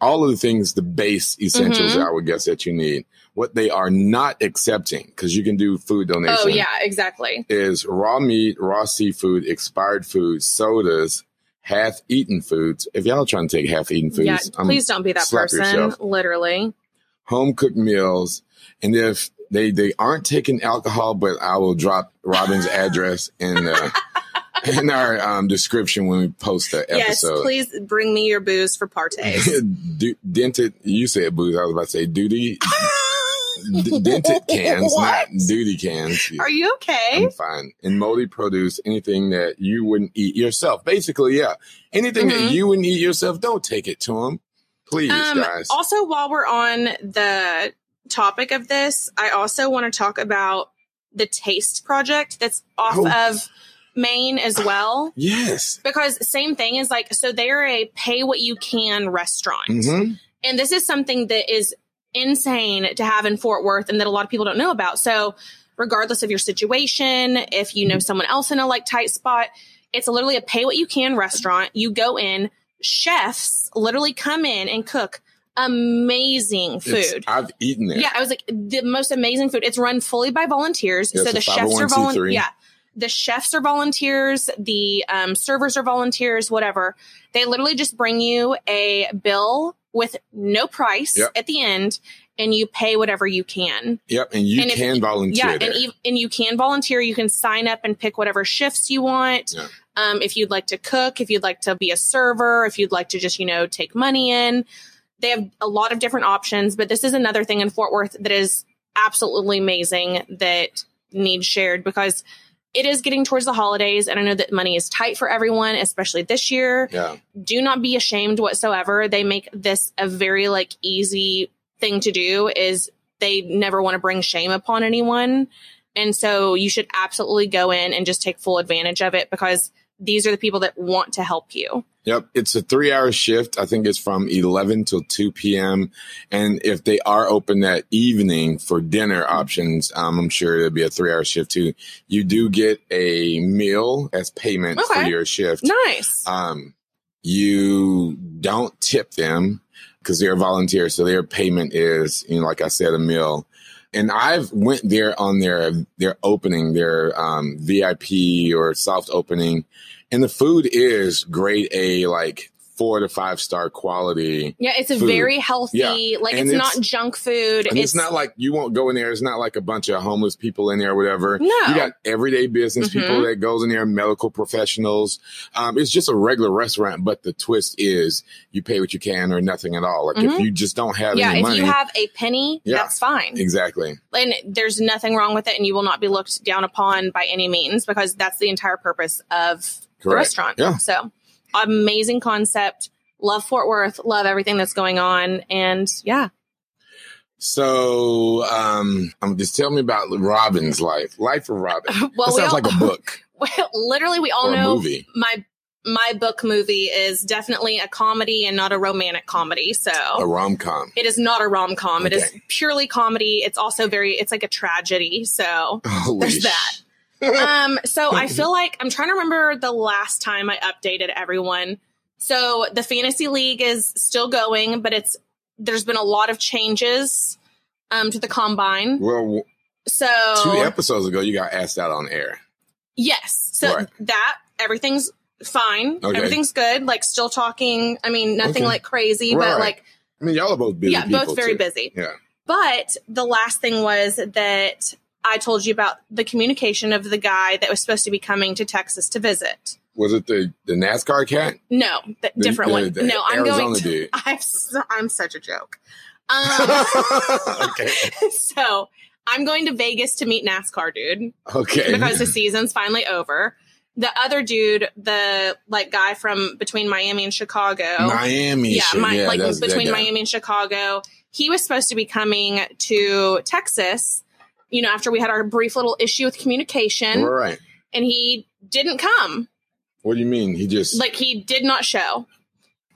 [SPEAKER 2] all of the things, the base essentials,
[SPEAKER 3] Mm-hmm.
[SPEAKER 2] I would guess, that you need. What they are not accepting, because you can do food donation,
[SPEAKER 3] oh, yeah, exactly.
[SPEAKER 2] is raw meat, raw seafood, expired food, sodas, half eaten foods. If y'all trying to take half eaten foods,
[SPEAKER 3] yeah,
[SPEAKER 2] I'm-
[SPEAKER 3] please don't be that
[SPEAKER 2] um, slap
[SPEAKER 3] person.
[SPEAKER 2] yourself.
[SPEAKER 3] Literally.
[SPEAKER 2] home cooked meals. And if they, they aren't taking alcohol, but I will drop Robin's address in the, in our um, description when we post the
[SPEAKER 3] Yes,
[SPEAKER 2] episode.
[SPEAKER 3] please bring me your booze for partays.
[SPEAKER 2] Du- dented, you said booze. I was about to say duty, d- dented cans, not
[SPEAKER 3] What?
[SPEAKER 2] duty cans.
[SPEAKER 3] Are you okay?
[SPEAKER 2] I'm fine. And moldy produce, anything that you wouldn't eat yourself. Basically, yeah. Anything
[SPEAKER 3] Mhm.
[SPEAKER 2] that you wouldn't eat yourself, don't take it to them. Please,
[SPEAKER 3] Um,
[SPEAKER 2] guys.
[SPEAKER 3] also, while we're on the topic of this, I also want to talk about the Taste Project that's off
[SPEAKER 2] Oh.
[SPEAKER 3] of Maine as well.
[SPEAKER 2] yes.
[SPEAKER 3] Because same thing is like, so they're a pay what you can restaurant.
[SPEAKER 2] hmm
[SPEAKER 3] And this is something that is insane to have in Fort Worth and that a lot of people don't know about. So, regardless of your situation, if you know someone else in a like tight spot, it's literally a pay what you can restaurant. You go in, chefs literally come in and cook amazing
[SPEAKER 2] It's-
[SPEAKER 3] food.
[SPEAKER 2] I've eaten it.
[SPEAKER 3] Yeah, I was like the most amazing food. It's run fully by volunteers,
[SPEAKER 2] Yeah,
[SPEAKER 3] so
[SPEAKER 2] it's
[SPEAKER 3] the
[SPEAKER 2] a
[SPEAKER 3] chefs are
[SPEAKER 2] 501c3.
[SPEAKER 3] volunteers. Yeah, the chefs are volunteers. The um, servers are volunteers. Whatever. They literally just bring you a bill with no price
[SPEAKER 2] Yep.
[SPEAKER 3] at the end, and you pay whatever you can.
[SPEAKER 2] Yep, and you
[SPEAKER 3] And if-
[SPEAKER 2] can volunteer
[SPEAKER 3] yeah,
[SPEAKER 2] there.
[SPEAKER 3] and ev- and you can volunteer. You can sign up and pick whatever shifts you want.
[SPEAKER 2] Yeah.
[SPEAKER 3] Um, if you'd like to cook, if you'd like to be a server, if you'd like to just you know take money in, they have a lot of different options. But this is another thing in Fort Worth that is absolutely amazing that needs shared because it is getting towards the holidays, and I know that money is tight for everyone, especially this year.
[SPEAKER 2] Yeah.
[SPEAKER 3] Do not be ashamed whatsoever. They make this a very like easy thing to do is they never want to bring shame upon anyone. And so you should absolutely go in and just take full advantage of it because these are the people that want to help you.
[SPEAKER 2] Yep. It's a three hour shift. I think it's from 11 till 2 p.m. And if they are open that evening for dinner options, um, I'm sure it'll be a three hour shift too. You do get a meal as payment for
[SPEAKER 3] Okay.
[SPEAKER 2] your shift.
[SPEAKER 3] Nice.
[SPEAKER 2] Um, you don't tip them because they're volunteers, so their payment is, you know, like I said, a meal. And I've went there on their their opening, their um, VIP or soft opening, and the food is grade A, like four to five star quality.
[SPEAKER 3] yeah, it's a
[SPEAKER 2] food.
[SPEAKER 3] very healthy,
[SPEAKER 2] Yeah.
[SPEAKER 3] like
[SPEAKER 2] And
[SPEAKER 3] it's,
[SPEAKER 2] it's-
[SPEAKER 3] not junk food.
[SPEAKER 2] And it's, not like you won't go in there. It's not like a bunch of homeless people in there or whatever.
[SPEAKER 3] No. Mm-hmm.
[SPEAKER 2] You got everyday business people that goes in there, medical professionals. Um, it's just a regular restaurant, but the twist is you pay what you can or nothing at all. Like if you just don't have
[SPEAKER 3] Mm-hmm. yeah,
[SPEAKER 2] any
[SPEAKER 3] if
[SPEAKER 2] money.
[SPEAKER 3] you have a penny,
[SPEAKER 2] Yeah.
[SPEAKER 3] that's fine.
[SPEAKER 2] exactly.
[SPEAKER 3] and there's nothing wrong with it and you will not be looked down upon by any means because that's the entire purpose of the
[SPEAKER 2] Correct.
[SPEAKER 3] restaurant
[SPEAKER 2] Yeah.
[SPEAKER 3] so amazing concept love fort worth love everything that's going on and yeah
[SPEAKER 2] So, um, um, just tell me about Robin's life. Life of Robin.
[SPEAKER 3] well
[SPEAKER 2] that sounds
[SPEAKER 3] all,
[SPEAKER 2] like a book
[SPEAKER 3] well, literally we all
[SPEAKER 2] or a
[SPEAKER 3] know
[SPEAKER 2] movie.
[SPEAKER 3] my my book movie is definitely a comedy and not a romantic comedy so
[SPEAKER 2] A rom com.
[SPEAKER 3] it is not a rom-com it is
[SPEAKER 2] Okay.
[SPEAKER 3] purely comedy it's also very it's like a tragedy so
[SPEAKER 2] Holy
[SPEAKER 3] There's that. um, so I feel like I'm trying to remember the last time I updated everyone. So the fantasy league is still going, but it's there's been a lot of changes um, to the combine.
[SPEAKER 2] Well, w-
[SPEAKER 3] So
[SPEAKER 2] two episodes ago, you got asked out on air.
[SPEAKER 3] yes, so
[SPEAKER 2] Right.
[SPEAKER 3] that everything's fine,
[SPEAKER 2] Okay.
[SPEAKER 3] everything's good. Like still talking. I mean, nothing
[SPEAKER 2] Okay.
[SPEAKER 3] like crazy,
[SPEAKER 2] Right.
[SPEAKER 3] but like
[SPEAKER 2] I mean, y'all are both busy
[SPEAKER 3] yeah,
[SPEAKER 2] people.
[SPEAKER 3] both very
[SPEAKER 2] too.
[SPEAKER 3] busy.
[SPEAKER 2] Yeah.
[SPEAKER 3] But the last thing was that I told you about the communication of the guy that was supposed to be coming to Texas to visit.
[SPEAKER 2] Was it the, the NASCAR cat?
[SPEAKER 3] No, the,
[SPEAKER 2] The-
[SPEAKER 3] different
[SPEAKER 2] the-
[SPEAKER 3] one.
[SPEAKER 2] the
[SPEAKER 3] no, I'm going
[SPEAKER 2] Arizona
[SPEAKER 3] to.
[SPEAKER 2] dude.
[SPEAKER 3] I'm, s- I'm such a joke. Um,
[SPEAKER 2] okay.
[SPEAKER 3] so I'm going to Vegas to meet NASCAR dude
[SPEAKER 2] Okay.
[SPEAKER 3] because the season's finally over. The other dude, the like guy from between Miami and Chicago,
[SPEAKER 2] Miami.
[SPEAKER 3] yeah,
[SPEAKER 2] shit.
[SPEAKER 3] my, like
[SPEAKER 2] that's- that
[SPEAKER 3] between
[SPEAKER 2] guy.
[SPEAKER 3] Miami and Chicago, he was supposed to be coming to Texas. You know, after we had our brief little issue with communication,
[SPEAKER 2] All right.
[SPEAKER 3] and he didn't come.
[SPEAKER 2] What do you mean? He just
[SPEAKER 3] like he did not show.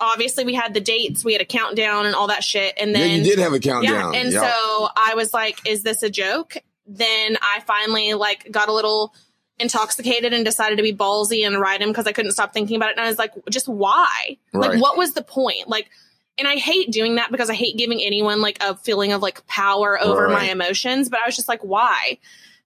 [SPEAKER 3] Obviously, we had the dates, we had a countdown, and all that shit. And then
[SPEAKER 2] yeah, you did have a countdown.
[SPEAKER 3] yeah, and
[SPEAKER 2] Y'all-
[SPEAKER 3] so I was like, "Is this a joke?" Then I finally like got a little intoxicated and decided to be ballsy and write him because I couldn't stop thinking about it. And I was like, "Just why?
[SPEAKER 2] Right.
[SPEAKER 3] Like, what was the point?" Like. And I hate doing that because I hate giving anyone like a feeling of like power over
[SPEAKER 2] Right.
[SPEAKER 3] my emotions. But I was just like, why?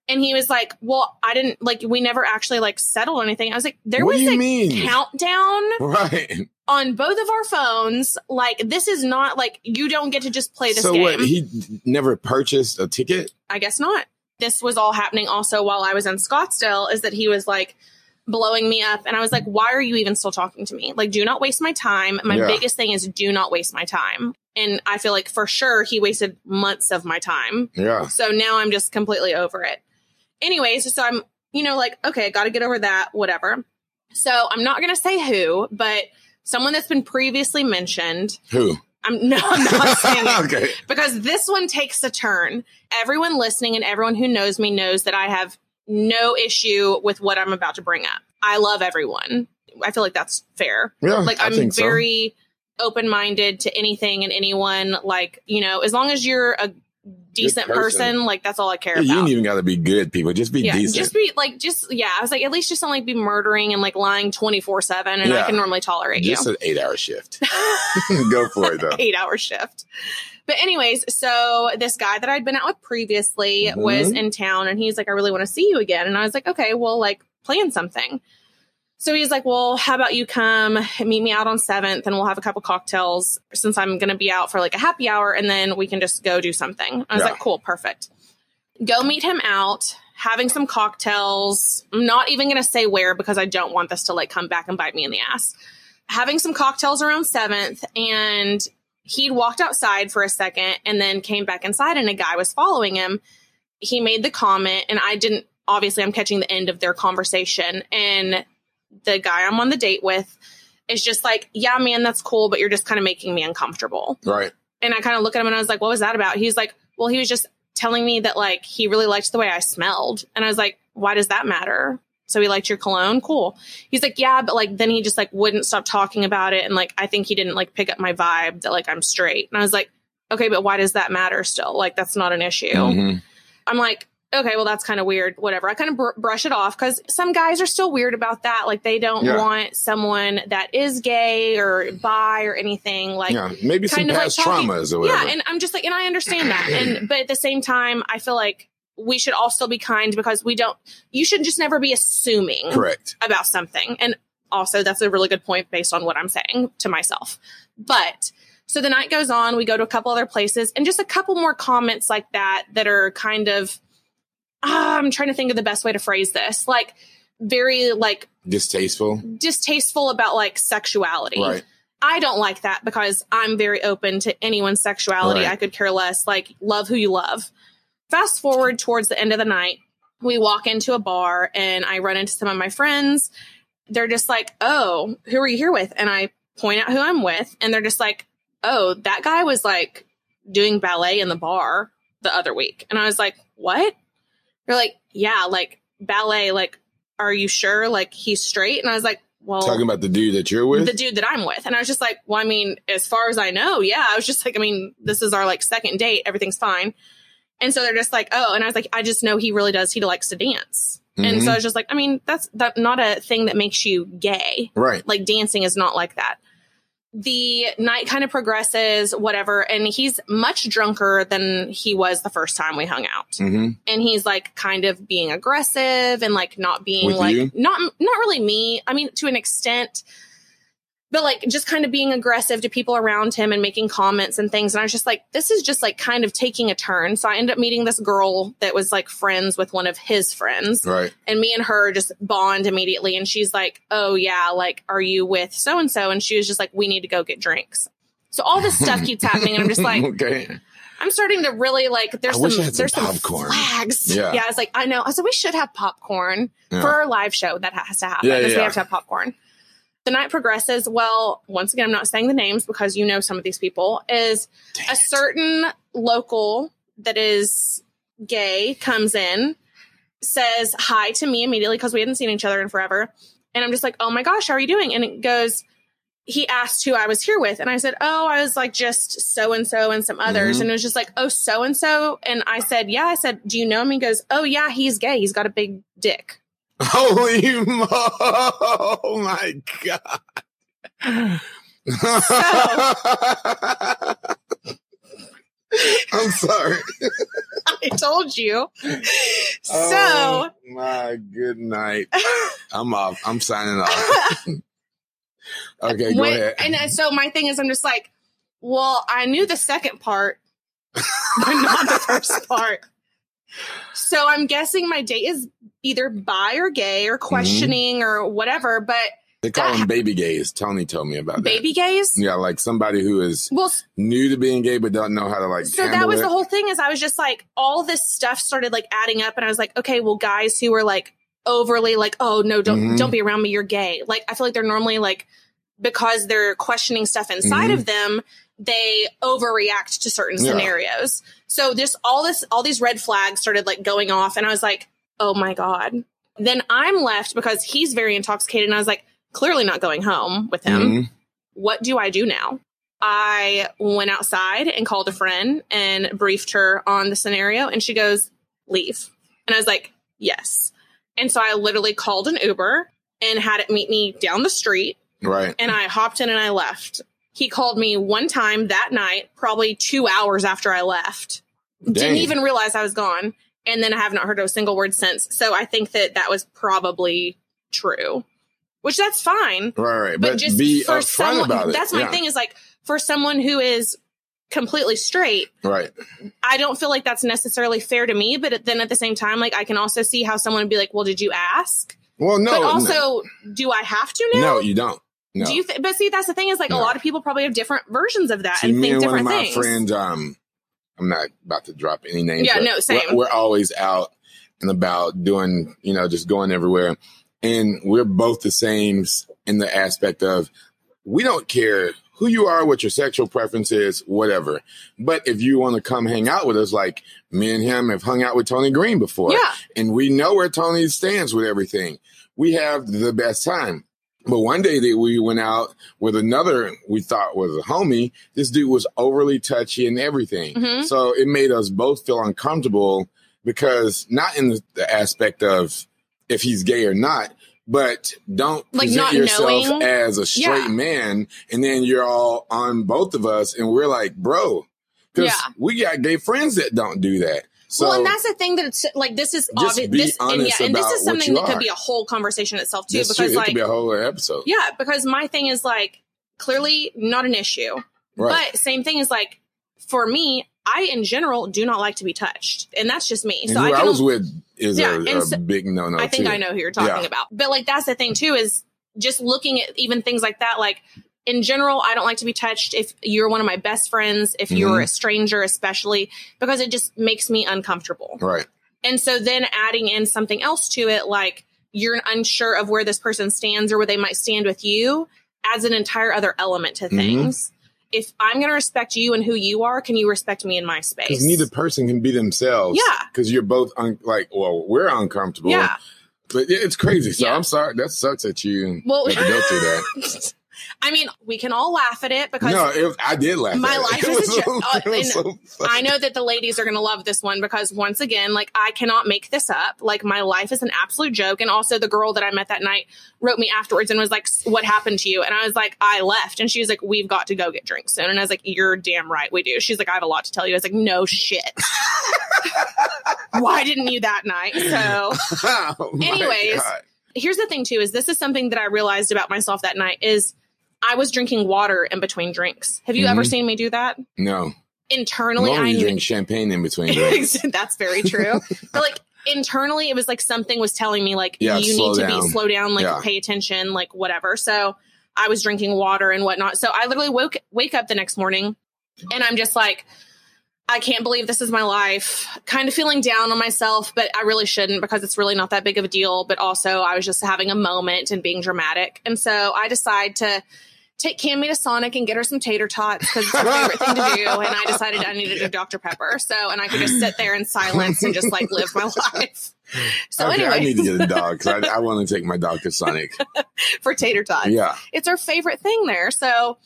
[SPEAKER 3] And he was like, well, I didn't like, we never actually like settled anything. I was like, there
[SPEAKER 2] What
[SPEAKER 3] was
[SPEAKER 2] do you
[SPEAKER 3] a
[SPEAKER 2] mean?
[SPEAKER 3] countdown
[SPEAKER 2] right.
[SPEAKER 3] on both of our phones. Like this is not like you don't get to just play this
[SPEAKER 2] So
[SPEAKER 3] game.
[SPEAKER 2] what? He d- never purchased a ticket.
[SPEAKER 3] I guess not. This was all happening also while I was in Scottsdale is that he was like blowing me up and I was like why are you even still talking to me? Like do not waste my time. My
[SPEAKER 2] Yeah.
[SPEAKER 3] biggest thing is do not waste my time. And I feel like for sure he wasted months of my time.
[SPEAKER 2] Yeah.
[SPEAKER 3] So now I'm just completely over it. Anyways, so I'm, you know, like, okay, I got to get over that, whatever. So I'm not going to say who, but someone that's been previously mentioned.
[SPEAKER 2] Who?
[SPEAKER 3] I'm no, I'm not saying it
[SPEAKER 2] okay.
[SPEAKER 3] because this one takes a turn. Everyone listening and everyone who knows me knows that I have no issue with what I'm about to bring up. I love everyone. I feel like that's fair.
[SPEAKER 2] Yeah.
[SPEAKER 3] Like
[SPEAKER 2] I
[SPEAKER 3] I'm
[SPEAKER 2] think so.
[SPEAKER 3] very open minded to anything and anyone. Like you know, as long as you're a decent
[SPEAKER 2] person.
[SPEAKER 3] person, like that's all I care
[SPEAKER 2] Yeah, you
[SPEAKER 3] about.
[SPEAKER 2] ain't even got to be good, people. Just be
[SPEAKER 3] yeah,
[SPEAKER 2] decent.
[SPEAKER 3] just be like, just yeah. I was like, at least just don't like be murdering and like lying twenty four seven, and
[SPEAKER 2] Yeah.
[SPEAKER 3] I can normally tolerate you
[SPEAKER 2] just an eight-hour shift. Go for it, though.
[SPEAKER 3] eight hour shift. But anyways, so this guy that I'd been out with previously
[SPEAKER 2] Mm-hmm.
[SPEAKER 3] was in town and he's like, I really want to see you again. And I was like, okay, well, like plan something. So he's like, well, how about you come meet me out on 7th and we'll have a couple cocktails since I'm going to be out for like a happy hour and then we can just go do something. I was
[SPEAKER 2] Yeah.
[SPEAKER 3] like, cool, perfect. Go meet him out, having some cocktails. I'm not even going to say where because I don't want this to like come back and bite me in the ass having some cocktails around 7th and he'd walked outside for a second and then came back inside and a guy was following him he made the comment and i didn't obviously I'm catching the end of their conversation. And the guy I'm on the date with is just like, yeah, man, that's cool, but you're just kind of making me uncomfortable.
[SPEAKER 2] Right.
[SPEAKER 3] And I kind of look at him and I was like, what was that about? He's like, well, he was just telling me that like he really liked the way I smelled. And I was like, why does that matter? So he liked your cologne? Cool. He's like, yeah, but like then he just like wouldn't stop talking about it. And like, I think he didn't like pick up my vibe that like I'm straight. And I was like, okay, but why does that matter still? Like, that's not an issue.
[SPEAKER 2] Mhm.
[SPEAKER 3] I'm like, okay, well, that's kind of weird, whatever. I kind of br- brush it off because some guys are still weird about that. Like, they don't
[SPEAKER 2] Yeah.
[SPEAKER 3] want someone that is gay or bi or anything. Like,
[SPEAKER 2] Yeah. Maybe some
[SPEAKER 3] kind of, like,
[SPEAKER 2] past
[SPEAKER 3] talking-
[SPEAKER 2] traumas or whatever.
[SPEAKER 3] yeah, and I'm just like, and I understand that, and but at the same time, I feel like we should all still be kind because we don't. You should just never be assuming
[SPEAKER 2] Correct.
[SPEAKER 3] about something, and also that's a really good point based on what I'm saying to myself. But so the night goes on, we go to a couple other places, and just a couple more comments like that that are kind of. ah, I'm trying to think of the best way to phrase this, like very like
[SPEAKER 2] Distasteful.
[SPEAKER 3] distasteful about like sexuality.
[SPEAKER 2] Right.
[SPEAKER 3] I don't like that because I'm very open to anyone's sexuality.
[SPEAKER 2] Right.
[SPEAKER 3] I could care less. Like, love who you love. Fast forward towards the end of the night, we walk into a bar and I run into some of my friends. They're just like, Oh, who are you here with? And I point out who I'm with. And they're just like, Oh, that guy was like doing ballet in the bar the other week. And I was like, What? They're like, Yeah, like ballet. Like, are you sure? Like, he's straight? And I was like, Well,
[SPEAKER 2] Talking about the dude that you're with.
[SPEAKER 3] the dude that I'm with. And I was just like, well, I mean, as far as I know, yeah. I was just like, I mean, this is our like second date. Everything's fine. And so they're just like, oh. And I was like, I just know he really does. He likes to dance. And so I was just like, I mean, that's that, not a thing that makes you gay.
[SPEAKER 2] right.
[SPEAKER 3] Like dancing is not like that. The night kind of progresses, whatever. And he's much drunker than he was the first time we hung out
[SPEAKER 2] hmm
[SPEAKER 3] and he's like kind of being aggressive and like not being
[SPEAKER 2] With
[SPEAKER 3] like
[SPEAKER 2] you?
[SPEAKER 3] not not really me i mean to an extent but like just kind of being aggressive to people around him and making comments and things and i was just like this is just like kind of taking a turn so i ended up meeting this girl that was like friends with one of his friends
[SPEAKER 2] Right.
[SPEAKER 3] and me and her just bond immediately and she's like oh yeah like are you with so and so and she was just like we need to go get drinks so all this stuff keeps happening and i'm just like
[SPEAKER 2] okay.
[SPEAKER 3] I'm starting to really like.
[SPEAKER 2] I
[SPEAKER 3] There's some.
[SPEAKER 2] wish I had some
[SPEAKER 3] there's
[SPEAKER 2] popcorn.
[SPEAKER 3] some flags.
[SPEAKER 2] Yeah.
[SPEAKER 3] I was like, I know. I said we should have popcorn
[SPEAKER 2] Yeah.
[SPEAKER 3] for our live show. That has to happen.
[SPEAKER 2] Yeah,
[SPEAKER 3] is
[SPEAKER 2] yeah.
[SPEAKER 3] We have to have popcorn. The night progresses. Well, once again, I'm not saying the names because you know some of these people. Is a certain local that is gay comes in, says hi to me immediately because we hadn't seen each other in forever, and I'm just like, oh my gosh, how are you doing? And it goes. He asked who I was here with, and I said, "Oh, I was like just so and so and some others."
[SPEAKER 2] Mhm.
[SPEAKER 3] And it was just like, "Oh, so and so," and I said, "Yeah." I said, "Do you know him?" He goes, "Oh, yeah, he's gay. He's got a big dick."
[SPEAKER 2] Holy mo! Oh my god! I'm sorry.
[SPEAKER 3] I told you. so
[SPEAKER 2] Oh, my good night. I'm off. I'm signing off. okay, go
[SPEAKER 3] when-
[SPEAKER 2] ahead.
[SPEAKER 3] and uh, so my thing is, I'm just like, well, I knew the second part, but not the first part. So I'm guessing my date is either bi or gay or questioning or whatever. But
[SPEAKER 2] They call
[SPEAKER 3] that-
[SPEAKER 2] them baby gays. Tony told me about that.
[SPEAKER 3] baby gays.
[SPEAKER 2] Yeah, like somebody who is
[SPEAKER 3] Well, s-
[SPEAKER 2] new to being gay but don't know how to like.
[SPEAKER 3] so that
[SPEAKER 2] handle
[SPEAKER 3] was
[SPEAKER 2] it.
[SPEAKER 3] the whole thing. Is I was just like, all this stuff started like adding up, and I was like, okay, well, guys who were like overly like, oh no, don't
[SPEAKER 2] Mhm.
[SPEAKER 3] don't be around me, you're gay. Like I feel like they're normally like because they're questioning stuff inside of them, they overreact to certain
[SPEAKER 2] Mm-hmm. Yeah.
[SPEAKER 3] scenarios. So this all this all these red flags started like going off, and I was like, oh my god. Then I'm left because he's very intoxicated, and I was like, clearly not going home with him
[SPEAKER 2] Mhm.
[SPEAKER 3] what do I do now? I went outside and called a friend and briefed her on the scenario, and she goes, Leave. And I was like, Yes. And so I literally called an Uber and had it meet me down the street,
[SPEAKER 2] Right.
[SPEAKER 3] and I hopped in and I left. He called me one time that night, probably two hours after I left.
[SPEAKER 2] Dang.
[SPEAKER 3] Didn't even realize I was gone. And then I have not heard a single word since. So I think that that was probably true, which that's fine
[SPEAKER 2] Right, right.
[SPEAKER 3] but,
[SPEAKER 2] But,
[SPEAKER 3] just
[SPEAKER 2] be
[SPEAKER 3] for
[SPEAKER 2] upfront
[SPEAKER 3] someone
[SPEAKER 2] about it.
[SPEAKER 3] that's my
[SPEAKER 2] Yeah.
[SPEAKER 3] thing is like for someone who is completely straight
[SPEAKER 2] Right.
[SPEAKER 3] i don't feel like that's necessarily fair to me but then at the same time like i can also see how someone would be like well did you ask
[SPEAKER 2] Well, no.
[SPEAKER 3] but
[SPEAKER 2] no.
[SPEAKER 3] also do i have to
[SPEAKER 2] no,
[SPEAKER 3] now
[SPEAKER 2] you don't. No.
[SPEAKER 3] do you th- but see that's the thing is like
[SPEAKER 2] No.
[SPEAKER 3] a lot of people probably have different versions of that
[SPEAKER 2] See,
[SPEAKER 3] and
[SPEAKER 2] me
[SPEAKER 3] think
[SPEAKER 2] and one of
[SPEAKER 3] different
[SPEAKER 2] my
[SPEAKER 3] things
[SPEAKER 2] friends, um, I'm not about to drop any names.
[SPEAKER 3] Yeah,
[SPEAKER 2] but
[SPEAKER 3] no, same.
[SPEAKER 2] We're, we're always out, and about doing, you know, just going everywhere. And we're both the same in the aspect of we don't care who you are, what your sexual preference is, whatever. But if you want to come hang out with us, like me and him have hung out with Tony Green before,
[SPEAKER 3] Yeah.
[SPEAKER 2] and we know where Tony stands with everything, we have the best time. But one day that we went out with another we thought was a homie, this dude was overly touchy and everything.
[SPEAKER 3] Mhm.
[SPEAKER 2] So it made us both feel uncomfortable because not in the, the aspect of if he's gay or not, but don't
[SPEAKER 3] Like
[SPEAKER 2] present
[SPEAKER 3] not
[SPEAKER 2] yourself
[SPEAKER 3] knowing.
[SPEAKER 2] as a straight
[SPEAKER 3] Yeah.
[SPEAKER 2] man, and then you're all on both of us, and we're like, bro, because
[SPEAKER 3] Yeah.
[SPEAKER 2] we got gay friends that don't do that. So
[SPEAKER 3] well, and that's the thing that it's like this is
[SPEAKER 2] Just
[SPEAKER 3] obvious.
[SPEAKER 2] be
[SPEAKER 3] This, and yeah,
[SPEAKER 2] honest
[SPEAKER 3] and this
[SPEAKER 2] about
[SPEAKER 3] is
[SPEAKER 2] what
[SPEAKER 3] something
[SPEAKER 2] you
[SPEAKER 3] that
[SPEAKER 2] are.
[SPEAKER 3] could be a whole conversation itself too,
[SPEAKER 2] that's true.
[SPEAKER 3] because
[SPEAKER 2] it
[SPEAKER 3] like
[SPEAKER 2] could be a whole other episode,
[SPEAKER 3] yeah, because my thing is like clearly not an issue,
[SPEAKER 2] right?
[SPEAKER 3] but same thing is like for me, I in general do not like to be touched, and that's just me.
[SPEAKER 2] and
[SPEAKER 3] so
[SPEAKER 2] who
[SPEAKER 3] I
[SPEAKER 2] I,
[SPEAKER 3] can
[SPEAKER 2] was with is
[SPEAKER 3] Yeah,
[SPEAKER 2] a,
[SPEAKER 3] and
[SPEAKER 2] a
[SPEAKER 3] so-
[SPEAKER 2] big no no.
[SPEAKER 3] I think
[SPEAKER 2] too.
[SPEAKER 3] I know who you're talking
[SPEAKER 2] Yeah.
[SPEAKER 3] about. But like that's the thing too is just looking at even things like that like in general I don't like to be touched if you're one of my best friends, if
[SPEAKER 2] Mm-hmm.
[SPEAKER 3] you're a stranger especially because it just makes me uncomfortable.
[SPEAKER 2] Right.
[SPEAKER 3] And so then adding in something else to it like you're unsure of where this person stands or where they might stand with you adds an entire other element to
[SPEAKER 2] Mhm.
[SPEAKER 3] things. If I'm going to respect you and who you are, can you respect me in my space?
[SPEAKER 2] Because neither person can be themselves.
[SPEAKER 3] Yeah.
[SPEAKER 2] Because you're both un- like, well, we're uncomfortable.
[SPEAKER 3] Yeah.
[SPEAKER 2] But yeah, it's crazy. So
[SPEAKER 3] Yeah.
[SPEAKER 2] I'm sorry. That sucks that you
[SPEAKER 3] Well-
[SPEAKER 2] had to go through that.
[SPEAKER 3] I mean, we can all laugh at it because
[SPEAKER 2] No, it, I did laugh.
[SPEAKER 3] My
[SPEAKER 2] at it.
[SPEAKER 3] life
[SPEAKER 2] It
[SPEAKER 3] is a
[SPEAKER 2] was
[SPEAKER 3] joke.
[SPEAKER 2] so- it
[SPEAKER 3] Oh,
[SPEAKER 2] was
[SPEAKER 3] and
[SPEAKER 2] so funny.
[SPEAKER 3] I know that the ladies are going to love this one because once again, like I cannot make this up. Like my life is an absolute joke. And also the girl that I met that night wrote me afterwards and was like, what happened to you? And I was like, I left. And she was like, we've got to go get drinks soon. And I was like, you're damn right. We do. She's like, I have a lot to tell you. I was like, no shit. Why didn't you that night? So
[SPEAKER 2] Oh, my
[SPEAKER 3] Anyways,
[SPEAKER 2] God.
[SPEAKER 3] here's the thing too, is this is something that I realized about myself that night is I was drinking water in between drinks. Have you ever
[SPEAKER 2] Mhm.
[SPEAKER 3] seen me do that?
[SPEAKER 2] no.
[SPEAKER 3] Internally,
[SPEAKER 2] Normally
[SPEAKER 3] I
[SPEAKER 2] you
[SPEAKER 3] knew
[SPEAKER 2] drink champagne in between drinks.
[SPEAKER 3] That's very true. but like internally, it was like something was telling me like
[SPEAKER 2] Yeah,
[SPEAKER 3] you
[SPEAKER 2] slow
[SPEAKER 3] need to
[SPEAKER 2] down.
[SPEAKER 3] be slow down, like
[SPEAKER 2] Yeah.
[SPEAKER 3] pay attention, like whatever. So I was drinking water and whatnot. So I literally woke wake up the next morning, and I'm just like. I can't believe this is my life. Kind of feeling down on myself, but I really shouldn't because it's really not that big of a deal. But also, I was just having a moment and being dramatic. And so I decide to take Cammy to Sonic and get her some tater tots because it's her favorite thing to do. And I decided I needed a Dr. Pepper. So, and I could just sit there in silence and just like live my life. So,
[SPEAKER 2] okay, I
[SPEAKER 3] anyway,
[SPEAKER 2] need to get a dog because I, I want to take my dog to Sonic.
[SPEAKER 3] for tater tots,
[SPEAKER 2] Yeah.
[SPEAKER 3] it's her favorite thing there. So,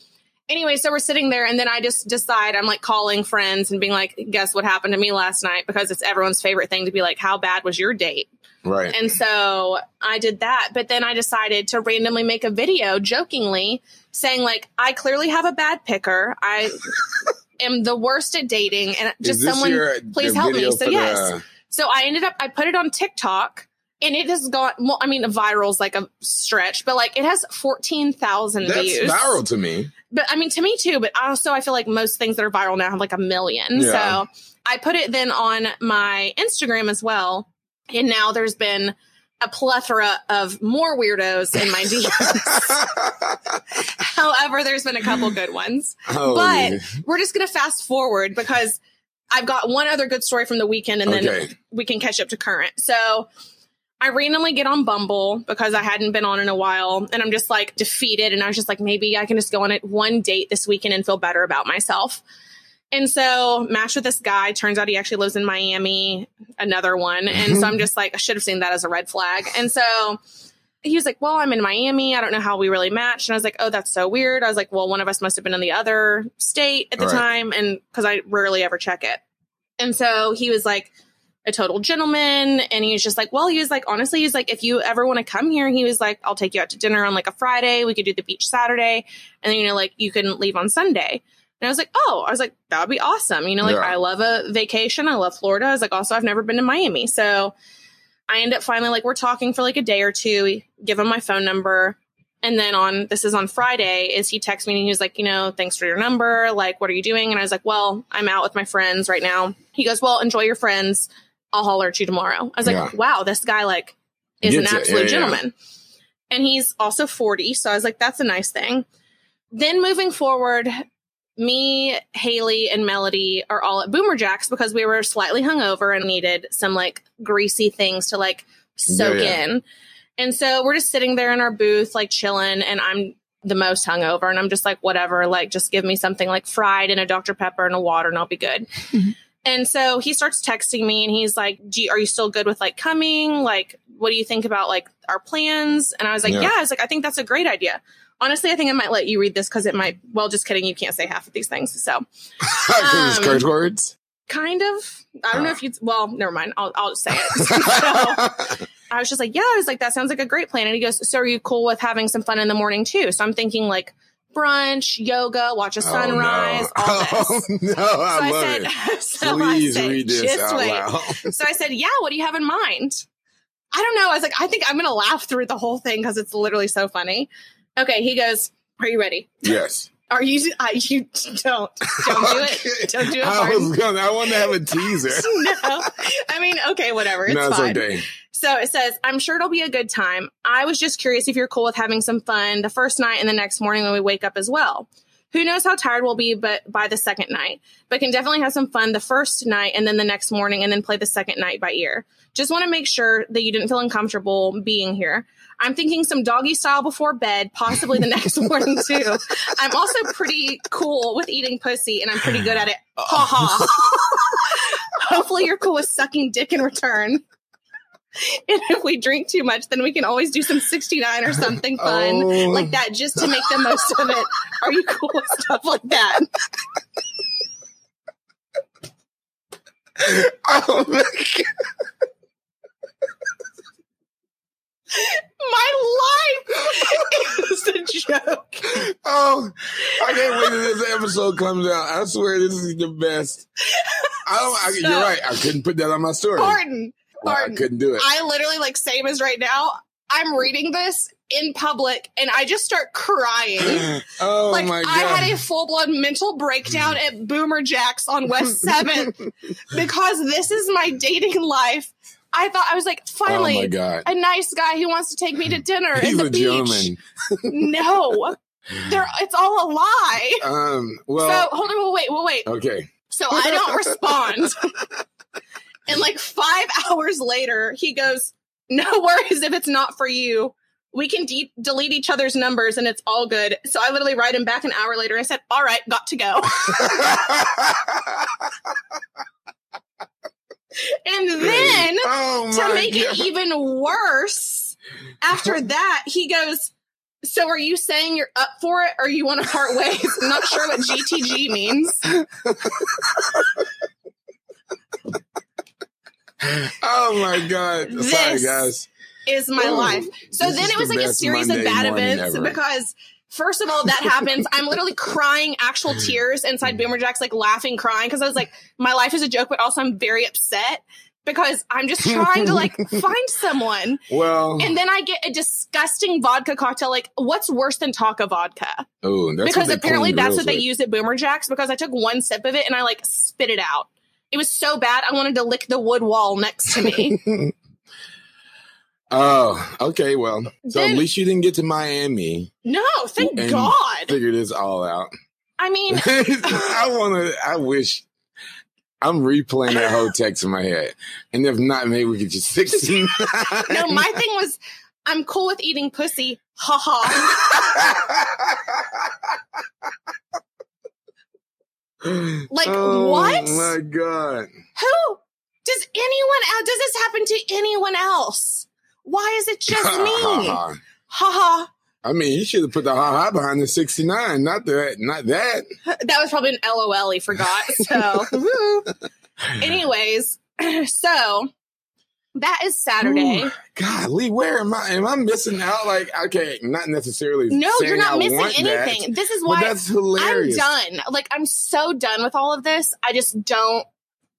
[SPEAKER 3] anyway, so we're sitting there, and then I just decide I'm like calling friends and being like, guess what happened to me last night? Because it's everyone's favorite thing to be like, how bad was your date?
[SPEAKER 2] Right.
[SPEAKER 3] And so I did that. But then I decided to randomly make a video jokingly saying, like, I clearly have a bad picker. I am the worst at dating. And just
[SPEAKER 2] Is this
[SPEAKER 3] someone,
[SPEAKER 2] your-
[SPEAKER 3] please
[SPEAKER 2] the
[SPEAKER 3] help me.
[SPEAKER 2] video
[SPEAKER 3] So,
[SPEAKER 2] for the-
[SPEAKER 3] yes. So I ended up, I put it on TikTok. And it has got, well, I mean, viral's like a stretch, but like it has 14,000
[SPEAKER 2] that's
[SPEAKER 3] views.
[SPEAKER 2] viral to me.
[SPEAKER 3] But I mean, to me too, but also I feel like most things that are viral now have like a million.
[SPEAKER 2] Yeah.
[SPEAKER 3] So I put it then on my Instagram as well. And now there's been a plethora of more weirdos in my DMs. However, there's been a couple good ones.
[SPEAKER 2] Oh,
[SPEAKER 3] but
[SPEAKER 2] yeah.
[SPEAKER 3] we're just going to fast forward because I've got one other good story from the weekend and then
[SPEAKER 2] Okay.
[SPEAKER 3] we can catch up to current. So I randomly get on Bumble because I hadn't been on in a while and I'm just like defeated. And I was just like, maybe I can just go on it one date this weekend and feel better about myself. And so match with this guy. Turns out he actually lives in Miami, another one. And so I'm just like, I should have seen that as a red flag. And so he was like, Well, I'm in Miami. I don't know how we really matched. And I was like, Oh, that's so weird. I was like, Well, one of us must have been in the other state at the
[SPEAKER 2] Right.
[SPEAKER 3] time. And because I rarely ever check it. And so he was like, a total gentleman. And he was just like, well, he was like, honestly, he's like, if you ever want to come here, he was like, I'll take you out to dinner on like a Friday. We could do the beach Saturday. And then, you know, like you can leave on Sunday. And I was like, oh, I was like, that would be awesome. You know, like
[SPEAKER 2] Yeah.
[SPEAKER 3] I love a vacation. I love Florida. I was like, also, I've never been to Miami. So I end up finally like, we're talking for like a day or two, give him my phone number. And then on this is on Friday, is he texted me and he was like, you know, thanks for your number. Like, what are you doing? And I was like, well, I'm out with my friends right now. He goes, well, enjoy your friends. I'll holler at you tomorrow. I was like,
[SPEAKER 2] Yeah.
[SPEAKER 3] wow, this guy like is
[SPEAKER 2] Gets
[SPEAKER 3] an
[SPEAKER 2] it.
[SPEAKER 3] absolute
[SPEAKER 2] Yeah, yeah.
[SPEAKER 3] gentleman. And he's also 40. So I was like, that's a nice thing. Then moving forward, me, Haley, and Melody are all at Boomer Jacks because we were slightly hungover and needed some like greasy things to like soak
[SPEAKER 2] Yeah, yeah.
[SPEAKER 3] in. And so we're just sitting there in our booth, like chilling, and I'm the most hungover, and I'm just like, whatever, like just give me something like fried and a Dr. Pepper and a water, and I'll be good.
[SPEAKER 4] Mhm.
[SPEAKER 3] And so he starts texting me, and he's like, Do you, "Are you still good with like coming? Like, what do you think about like our plans?" And I was like,
[SPEAKER 2] Yeah.
[SPEAKER 3] "Yeah." I was like, "I think that's a great idea." Honestly, I think I might let you read this because it might. Well, just kidding. You can't say half of these things, so
[SPEAKER 2] Because it's
[SPEAKER 3] Um,
[SPEAKER 2] curse words.
[SPEAKER 3] kind of. I don't know
[SPEAKER 2] Ah.
[SPEAKER 3] if you. Well, never mind. I'll I'll just say it. so, I was just like, yeah, I was like, that sounds like a great plan. And he goes, so are you cool with having some fun in the morning too? So I'm thinking like brunch, yoga, watch a sunrise,
[SPEAKER 2] oh, no. Oh,
[SPEAKER 3] all this.
[SPEAKER 2] no, I
[SPEAKER 3] so I
[SPEAKER 2] love
[SPEAKER 3] said,
[SPEAKER 2] it.
[SPEAKER 3] so
[SPEAKER 2] Please
[SPEAKER 3] I said,
[SPEAKER 2] read this
[SPEAKER 3] just
[SPEAKER 2] out
[SPEAKER 3] wait.
[SPEAKER 2] loud.
[SPEAKER 3] So I said, yeah, what do you have in mind? I don't know. I was like, I think I'm going to laugh through the whole thing because it's literally so funny. Okay. He goes, are you ready?
[SPEAKER 2] Yes.
[SPEAKER 3] Are you, I, you don't, don't do
[SPEAKER 2] Okay.
[SPEAKER 3] it. Don't do it.
[SPEAKER 2] I
[SPEAKER 3] Martin.
[SPEAKER 2] was gonna. I want to have a teaser.
[SPEAKER 3] no. I mean, okay, whatever. It's
[SPEAKER 2] no, it's
[SPEAKER 3] fine.
[SPEAKER 2] okay.
[SPEAKER 3] So it says, I'm sure it'll be a good time. I was just curious if you're cool with having some fun the first night and the next morning when we wake up as well. Who knows how tired we'll be but by the second night, but can definitely have some fun the first night and then the next morning and then play the second night by ear. Just want to make sure that you didn't feel uncomfortable being here. I'm thinking some doggy style before bed, possibly the next morning too. I'm also pretty cool with eating pussy and I'm pretty good at it. Ha ha. Hopefully you're cool with sucking dick in return. And if we drink too much, then we can always do some 69 or something fun
[SPEAKER 2] Oh.
[SPEAKER 3] like that just to make the most of it. Are you cool with stuff like that?
[SPEAKER 2] Oh my God.
[SPEAKER 3] My life is a joke.
[SPEAKER 2] Oh, I can't wait till this episode comes out. I swear this is the best. I don't. I, you're
[SPEAKER 3] So-
[SPEAKER 2] right. I couldn't put that on my story.
[SPEAKER 3] Pardon.
[SPEAKER 2] Well, I
[SPEAKER 3] pardon.
[SPEAKER 2] couldn't do it.
[SPEAKER 3] I literally, like, same as right now, I'm reading this in public and I just start crying.
[SPEAKER 2] oh
[SPEAKER 3] like,
[SPEAKER 2] my god!
[SPEAKER 3] I had a full blown mental breakdown at Boomer Jacks on West 7th because this is my dating life. I thought, I was like,
[SPEAKER 2] oh my
[SPEAKER 3] finally,
[SPEAKER 2] god!
[SPEAKER 3] a nice guy who wants to take me to dinner
[SPEAKER 2] He's
[SPEAKER 3] at
[SPEAKER 2] a
[SPEAKER 3] the beach.
[SPEAKER 2] German.
[SPEAKER 3] No, They're, it's all a lie.
[SPEAKER 2] Um. Well. uh,
[SPEAKER 3] so hold on, well, wait, well, wait.
[SPEAKER 2] okay.
[SPEAKER 3] So I don't respond. and like five hours later, he goes, "No worries if it's not for you. We can de- delete each other's numbers, and it's all good." So I literally write him back an hour later. I said, "All right, got to go." And then
[SPEAKER 2] oh
[SPEAKER 3] to
[SPEAKER 2] my
[SPEAKER 3] make
[SPEAKER 2] God.
[SPEAKER 3] it even worse, after that, he goes, So are you saying you're up for it or you want to part ways? I'm not sure what GTG means.
[SPEAKER 2] Oh my god! Sorry,
[SPEAKER 3] This-
[SPEAKER 2] guys.
[SPEAKER 3] Is my
[SPEAKER 2] Ooh,
[SPEAKER 3] life. So
[SPEAKER 2] this
[SPEAKER 3] then
[SPEAKER 2] is
[SPEAKER 3] it was
[SPEAKER 2] the
[SPEAKER 3] like a
[SPEAKER 2] best
[SPEAKER 3] series
[SPEAKER 2] Monday
[SPEAKER 3] of bad
[SPEAKER 2] morning
[SPEAKER 3] events
[SPEAKER 2] ever.
[SPEAKER 3] because. First of all, that happens. I'm literally crying actual tears inside Boomer Jack's, like laughing, crying because I was like, my life is a joke, but also I'm very upset because I'm just trying to like find someone.
[SPEAKER 2] Well,
[SPEAKER 3] And then I get a disgusting vodka cocktail. Like, what's worse than taco vodka?
[SPEAKER 2] oh, that's what
[SPEAKER 3] because
[SPEAKER 2] they
[SPEAKER 3] apparently
[SPEAKER 2] clean
[SPEAKER 3] that's
[SPEAKER 2] grills
[SPEAKER 3] what they
[SPEAKER 2] with.
[SPEAKER 3] use at Boomer Jacks. Because I took one sip of it and I like spit it out. It was so bad I wanted to lick the wood wall next to me.
[SPEAKER 2] Oh, okay. Well, so
[SPEAKER 3] Then-
[SPEAKER 2] at least you didn't get to Miami.
[SPEAKER 3] no, thank
[SPEAKER 2] And-
[SPEAKER 3] God.
[SPEAKER 2] Figure this all out.
[SPEAKER 3] I mean,
[SPEAKER 2] I want to. I wish. I'm replaying that whole text in my head, and if not, maybe we could just sixteen.
[SPEAKER 3] no, my thing was I'm cool with eating pussy. Ha ha. Like,
[SPEAKER 2] oh,
[SPEAKER 3] what?
[SPEAKER 2] My God!
[SPEAKER 3] Who does anyone else? Does this happen to anyone else? Why is it just me? Ha ha.
[SPEAKER 2] I mean, you should have put the ha ha behind the sixty nine, not that, not that.
[SPEAKER 3] That was probably an LOL he forgot. So, woo. anyways, so that is Saturday.
[SPEAKER 2] Ooh, Golly, where am I? Am I missing out? Like, okay, not necessarily.
[SPEAKER 3] No, you're
[SPEAKER 2] saying
[SPEAKER 3] not
[SPEAKER 2] I want
[SPEAKER 3] missing
[SPEAKER 2] that,
[SPEAKER 3] anything. this is
[SPEAKER 2] but
[SPEAKER 3] why
[SPEAKER 2] that's
[SPEAKER 3] I'm
[SPEAKER 2] hilarious.
[SPEAKER 3] done. Like I'm so done with all of this. I just don't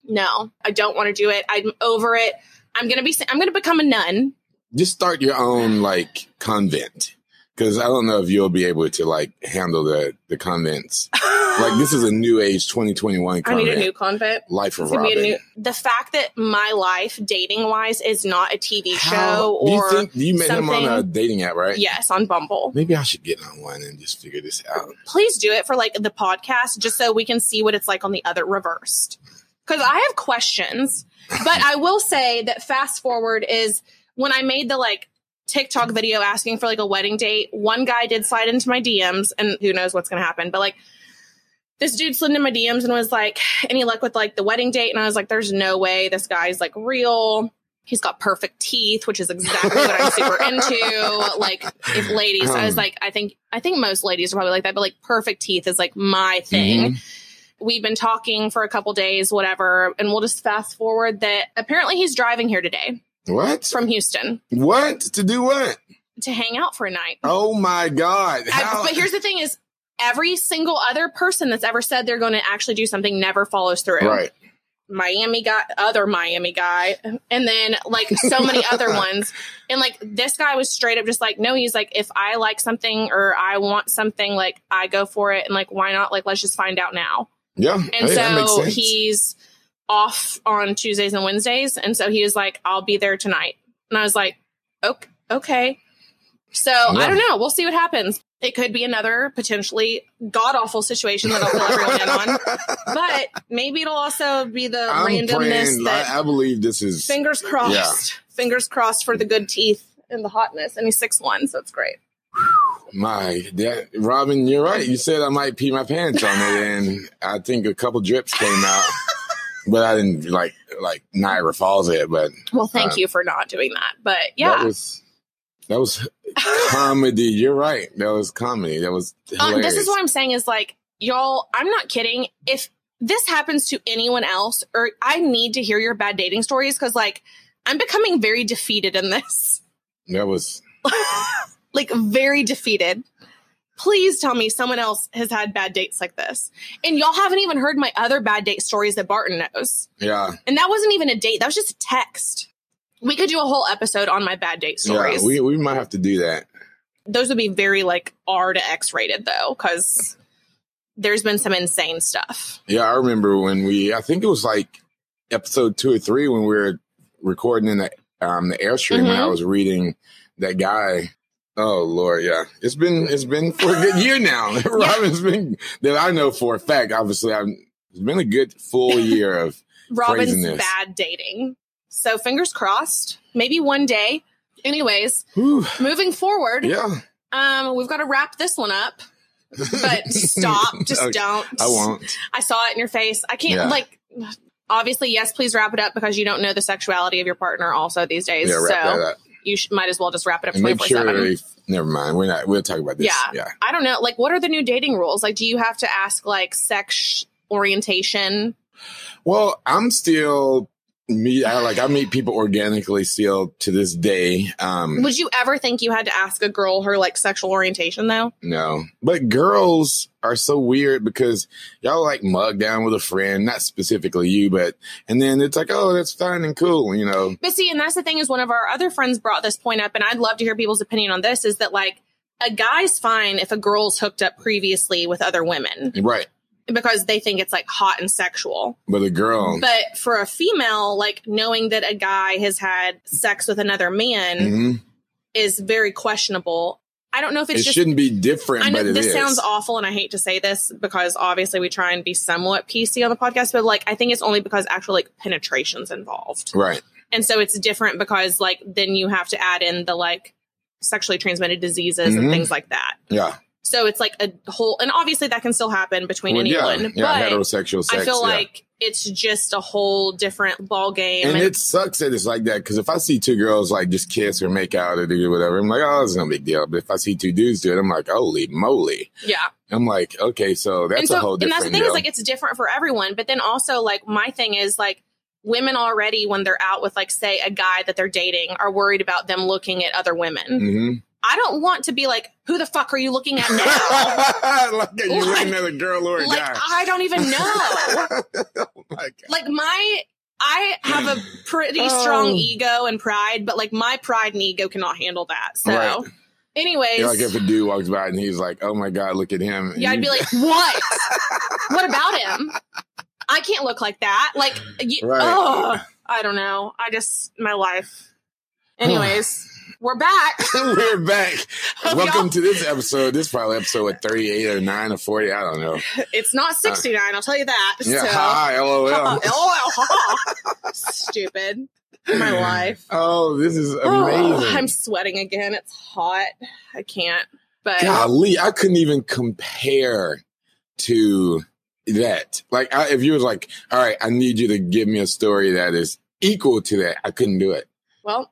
[SPEAKER 3] no. I don't want to do it. I'm over it. I'm going to be I'm going to become a nun.
[SPEAKER 2] Just start your own like convent, because I don't know if you'll be able to like handle the the convents like this is a new age 2021
[SPEAKER 3] I need a
[SPEAKER 2] comment.
[SPEAKER 3] new convent.
[SPEAKER 2] life of
[SPEAKER 3] It's gonna
[SPEAKER 2] Robin.
[SPEAKER 3] be a new- the fact that my life dating wise is not a TV show
[SPEAKER 2] Do
[SPEAKER 3] or
[SPEAKER 2] you think you met him on a
[SPEAKER 3] something-
[SPEAKER 2] dating app, right?
[SPEAKER 3] yes on Bumble.
[SPEAKER 2] Maybe I should get on one and just figure this out.
[SPEAKER 3] Please do it for like the podcast just so we can see what it's like on the other reversed. Cuz I have questions, but I will say that fast forward is when I made the like TikTok video asking for like a wedding date, one guy did slide into my DMs and who knows what's going to happen, but like this dude slid into my DMs and was like, any luck with like the wedding date? And I was like, there's no way this guy's like real. He's got perfect teeth, which is exactly what I'm super into. Like, if ladies, I was like, I think, I think most ladies are probably like that, but like perfect teeth is like my thing.
[SPEAKER 2] Mm-hmm.
[SPEAKER 3] We've been talking for a couple days, whatever, and we'll just fast forward that apparently he's driving here today
[SPEAKER 2] What?
[SPEAKER 3] from Houston
[SPEAKER 2] What to do? What?
[SPEAKER 3] to hang out for a night.
[SPEAKER 2] Oh my god!
[SPEAKER 3] I-
[SPEAKER 2] How?
[SPEAKER 3] but here's the thing is every single other person that's ever said they're going to actually do something never follows through.
[SPEAKER 2] right.
[SPEAKER 3] Miami guy, other Miami guy, and then like so many other ones. And like this guy was straight up just like, no, he's like, if I like something or I want something, like I go for it. And like, why not? Like, let's just find out now.
[SPEAKER 2] Yeah.
[SPEAKER 3] And
[SPEAKER 2] Hey, that makes
[SPEAKER 3] so
[SPEAKER 2] sense.
[SPEAKER 3] he's off on Tuesdays and Wednesdays. And so he was like, I'll be there tonight. And I was like, okay. okay. So I
[SPEAKER 2] Yeah.
[SPEAKER 3] don't know. We'll see what happens. It could be another potentially god awful situation that I'll fill everyone in on. But maybe it'll also be the
[SPEAKER 2] I'm
[SPEAKER 3] randomness
[SPEAKER 2] praying-
[SPEAKER 3] that
[SPEAKER 2] I, I believe this is.
[SPEAKER 3] fingers crossed. Fingers crossed for the good teeth and the hotness. And he's six one, so it's great.
[SPEAKER 2] My that, Robin, you're right. You said I might pee my pants on it, and I think a couple drips came out, but I didn't like like Niagara Falls it. But
[SPEAKER 3] Well, thank
[SPEAKER 2] Uh,
[SPEAKER 3] you for not doing that. But yeah.
[SPEAKER 2] that was that was comedy. You're right. That was comedy. That was
[SPEAKER 3] Um,
[SPEAKER 2] hilarious.
[SPEAKER 3] this is what I'm saying is like, y'all, I'm not kidding. If this happens to anyone else, or I need to hear your bad dating stories because, like, I'm becoming very defeated in this.
[SPEAKER 2] that was
[SPEAKER 3] like, very defeated. Please tell me someone else has had bad dates like this. And y'all haven't even heard my other bad date stories that Barton knows.
[SPEAKER 2] yeah.
[SPEAKER 3] And that wasn't even a date, that was just a text. We could do a whole episode on my bad date stories.
[SPEAKER 2] Yeah, we we might have to do that.
[SPEAKER 3] Those would be very like R to X rated though, because there's been some insane stuff.
[SPEAKER 2] Yeah, I remember when we. I think it was like episode two or three when we were recording in the um the airstream, and
[SPEAKER 3] Mm-hmm.
[SPEAKER 2] I was reading that guy. Oh Lord, yeah, it's been it's been for a good year now. Robin's been that I know for a fact. Obviously, I'm. It's been a good full year of
[SPEAKER 3] Robin's
[SPEAKER 2] Craziness.
[SPEAKER 3] bad dating. So fingers crossed. Maybe one day. Anyways,
[SPEAKER 2] whew,
[SPEAKER 3] moving forward,
[SPEAKER 2] yeah.
[SPEAKER 3] um, we've got to wrap this one up. But stop. Just
[SPEAKER 2] Okay,
[SPEAKER 3] don't.
[SPEAKER 2] I won't.
[SPEAKER 3] I saw it in your face. I can't
[SPEAKER 2] Yeah.
[SPEAKER 3] like obviously, yes, please wrap it up because you don't know the sexuality of your partner also these days.
[SPEAKER 2] Yeah, wrap that
[SPEAKER 3] so
[SPEAKER 2] up
[SPEAKER 3] you sh- might as well just wrap it up
[SPEAKER 2] and make
[SPEAKER 3] 24
[SPEAKER 2] sure.
[SPEAKER 3] 7.
[SPEAKER 2] They, never mind. We're not. We'll talk about this.
[SPEAKER 3] Yeah.
[SPEAKER 2] yeah.
[SPEAKER 3] I don't know. Like, what are the new dating rules? Like, do you have to ask like sex orientation?
[SPEAKER 2] Well, I'm still meet. I like I meet people organically still to this day. Um,
[SPEAKER 3] Would you ever think you had to ask a girl her like sexual orientation though?
[SPEAKER 2] no, but girls are so weird because y'all like mug down with a friend, not specifically you, but and then it's like, oh, that's fine and cool, you know.
[SPEAKER 3] But see, and that's the thing is one of our other friends brought this point up, and I'd love to hear people's opinion on this, is that like a guy's fine if a girl's hooked up previously with other women
[SPEAKER 2] Right.
[SPEAKER 3] because they think it's like hot and sexual.
[SPEAKER 2] But a girl,
[SPEAKER 3] But for a female, like knowing that a guy has had sex with another man
[SPEAKER 2] mhm.
[SPEAKER 3] is very questionable. I don't know if
[SPEAKER 2] it
[SPEAKER 3] it's just
[SPEAKER 2] shouldn't be different,
[SPEAKER 3] I know
[SPEAKER 2] but it
[SPEAKER 3] this
[SPEAKER 2] is.
[SPEAKER 3] sounds awful, and I hate to say this because obviously we try and be somewhat PC on the podcast, but like I think it's only because actual like penetration's involved,
[SPEAKER 2] right.
[SPEAKER 3] and so it's different because like then you have to add in the like sexually transmitted diseases and
[SPEAKER 2] Mhm.
[SPEAKER 3] things like that.
[SPEAKER 2] Yeah.
[SPEAKER 3] So it's like a whole, and obviously that can still happen between
[SPEAKER 2] Well, yeah.
[SPEAKER 3] anyone,
[SPEAKER 2] Yeah.
[SPEAKER 3] but
[SPEAKER 2] Heterosexual sex.
[SPEAKER 3] I feel
[SPEAKER 2] yeah.
[SPEAKER 3] like it's just a whole different ball game.
[SPEAKER 2] And
[SPEAKER 3] and-
[SPEAKER 2] it sucks that it's like that because if I see two girls like just kiss or make out or do whatever, I'm like, oh, it's no big deal. But if I see two dudes do it, I'm like, holy moly!
[SPEAKER 3] yeah,
[SPEAKER 2] I'm like, okay, so that's
[SPEAKER 3] and so
[SPEAKER 2] a whole
[SPEAKER 3] and that's
[SPEAKER 2] different
[SPEAKER 3] the thing
[SPEAKER 2] deal.
[SPEAKER 3] is like it's different for everyone but then also like my thing is like women already when they're out with like say a guy that they're dating are worried about them looking at other women
[SPEAKER 2] Mhm.
[SPEAKER 3] i don't want to be like who the fuck are you looking at now
[SPEAKER 2] like, are you
[SPEAKER 3] Like-
[SPEAKER 2] looking at a girl or a
[SPEAKER 3] like
[SPEAKER 2] guy?
[SPEAKER 3] i don't even know
[SPEAKER 2] oh my God.
[SPEAKER 3] like my i have a pretty strong
[SPEAKER 2] Oh.
[SPEAKER 3] ego and pride but like my pride and ego cannot handle that so
[SPEAKER 2] Right.
[SPEAKER 3] Anyways,
[SPEAKER 2] Yeah, like if a dude walks by and he's like, "Oh my god, look at him!"
[SPEAKER 3] yeah, I'd be like, what? what about him? I can't look like that. Like, you,
[SPEAKER 2] Right.
[SPEAKER 3] ugh, I don't know. I just my life. Anyways, we're back.
[SPEAKER 2] "We're back.
[SPEAKER 3] Hope
[SPEAKER 2] Welcome
[SPEAKER 3] y'all-
[SPEAKER 2] to this episode. This is probably episode what, thirty-eight or nine or forty. I don't know.
[SPEAKER 3] It's not sixty nine. I'll tell you that.
[SPEAKER 2] Uh. Yeah,
[SPEAKER 3] So-
[SPEAKER 2] hi, lol.
[SPEAKER 3] Stupid. My life.
[SPEAKER 2] Oh, this is amazing.
[SPEAKER 3] Oh, I'm sweating again. It's hot. I can't. But
[SPEAKER 2] Golly, I couldn't even compare to that. Like, I, if you was like, all right, I need you to give me a story that is equal to that, I couldn't do it.
[SPEAKER 3] well,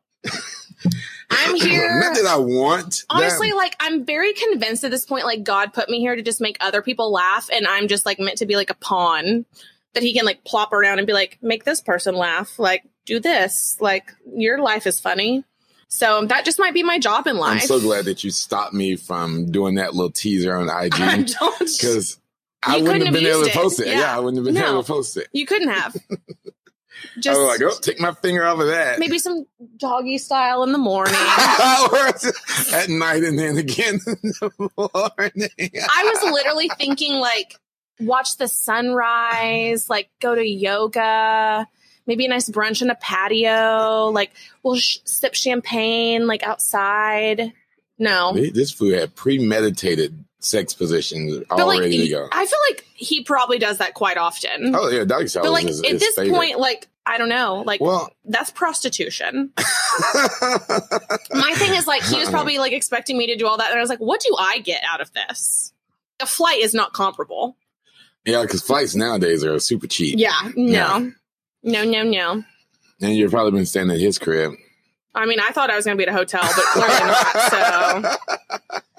[SPEAKER 3] I'm here.
[SPEAKER 2] Not that I want.
[SPEAKER 3] Honestly,
[SPEAKER 2] that.
[SPEAKER 3] like I'm very convinced at this point, like God put me here to just make other people laugh, and I'm just like meant to be like a pawn that he can like plop around and be like, make this person laugh, like do this, like your life is funny. So that just might be my job in
[SPEAKER 2] I'm
[SPEAKER 3] life.
[SPEAKER 2] so glad that you stopped me from doing that little teaser on
[SPEAKER 3] I
[SPEAKER 2] IG
[SPEAKER 3] don't.
[SPEAKER 2] because I
[SPEAKER 3] You
[SPEAKER 2] wouldn't
[SPEAKER 3] couldn't
[SPEAKER 2] have been
[SPEAKER 3] have
[SPEAKER 2] able to
[SPEAKER 3] used it.
[SPEAKER 2] post it. Yeah.
[SPEAKER 3] Yeah.
[SPEAKER 2] I wouldn't have been
[SPEAKER 3] No.
[SPEAKER 2] able to post it.
[SPEAKER 3] You couldn't have.
[SPEAKER 2] I
[SPEAKER 3] Just
[SPEAKER 2] was like, oh, take my finger off of that.
[SPEAKER 3] maybe some doggy style in the morning.
[SPEAKER 2] Or at night and then again in the morning.
[SPEAKER 3] I was literally thinking like watch the sunrise, like go to yoga, maybe a nice brunch in a patio, like we'll sh- sip champagne like outside. No.
[SPEAKER 2] Th- This food had premeditated sex positions all
[SPEAKER 3] But like
[SPEAKER 2] ready to
[SPEAKER 3] he-
[SPEAKER 2] go.
[SPEAKER 3] I feel like he probably does that quite often.
[SPEAKER 2] Oh yeah, doggy style.
[SPEAKER 3] but like
[SPEAKER 2] is,
[SPEAKER 3] at
[SPEAKER 2] is
[SPEAKER 3] this
[SPEAKER 2] favorite.
[SPEAKER 3] point like I don't know, like
[SPEAKER 2] well,
[SPEAKER 3] that's prostitution. My thing is like he was probably like expecting me to do all that and I was like what do I get out of this? A flight is not comparable.
[SPEAKER 2] yeah, because flights nowadays are super cheap,
[SPEAKER 3] Yeah, no. No, no, no.
[SPEAKER 2] and you've probably been staying at his crib.
[SPEAKER 3] I mean, I thought I was going to be at a hotel, but clearly not.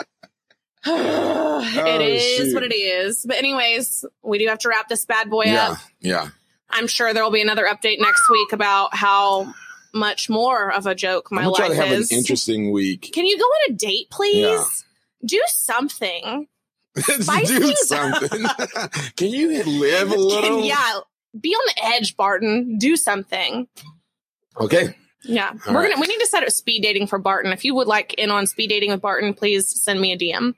[SPEAKER 3] So it is
[SPEAKER 2] Oh, shoot.
[SPEAKER 3] what it is. But, anyways, we do have to wrap this bad boy
[SPEAKER 2] yeah,
[SPEAKER 3] up.
[SPEAKER 2] yeah.
[SPEAKER 3] I'm sure there will be another update next week about how much more of a joke my
[SPEAKER 2] I'm gonna try
[SPEAKER 3] life
[SPEAKER 2] to have
[SPEAKER 3] is.
[SPEAKER 2] an interesting week.
[SPEAKER 3] Can you go on a date, please?
[SPEAKER 2] Yeah.
[SPEAKER 3] Do something.
[SPEAKER 2] Let's
[SPEAKER 3] Spice
[SPEAKER 2] do
[SPEAKER 3] things up.
[SPEAKER 2] something. Can you live a little?
[SPEAKER 3] yeah. Be on the edge, Barton. Do something.
[SPEAKER 2] Okay.
[SPEAKER 3] Yeah,
[SPEAKER 2] All
[SPEAKER 3] we're
[SPEAKER 2] right.
[SPEAKER 3] gonna. We need to set up speed dating for Barton. If you would like in on speed dating with Barton, please send me a DM.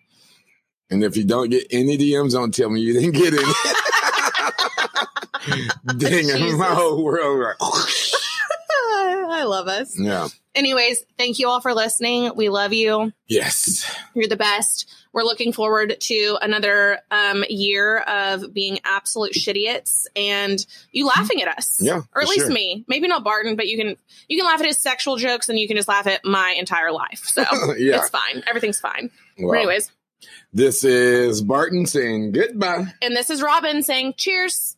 [SPEAKER 2] And if you don't get any DMs, don't tell me you didn't get any. Dang it,
[SPEAKER 3] Jesus.
[SPEAKER 2] my whole world.
[SPEAKER 3] I love us.
[SPEAKER 2] yeah.
[SPEAKER 3] Anyways, thank you all for listening. We love you.
[SPEAKER 2] Yes.
[SPEAKER 3] You're the best. We're looking forward to another um, year of being absolute shitiots and you laughing at us.
[SPEAKER 2] Mm-hmm. Yeah,
[SPEAKER 3] or at
[SPEAKER 2] for
[SPEAKER 3] least
[SPEAKER 2] sure.
[SPEAKER 3] me. Maybe not Barton, but you can you can laugh at his sexual jokes and you can just laugh at my entire life. So
[SPEAKER 2] Yeah.
[SPEAKER 3] it's fine. Everything's fine.
[SPEAKER 2] Well,
[SPEAKER 3] But anyways,
[SPEAKER 2] This is Barton saying goodbye.
[SPEAKER 3] and this is Robin saying cheers.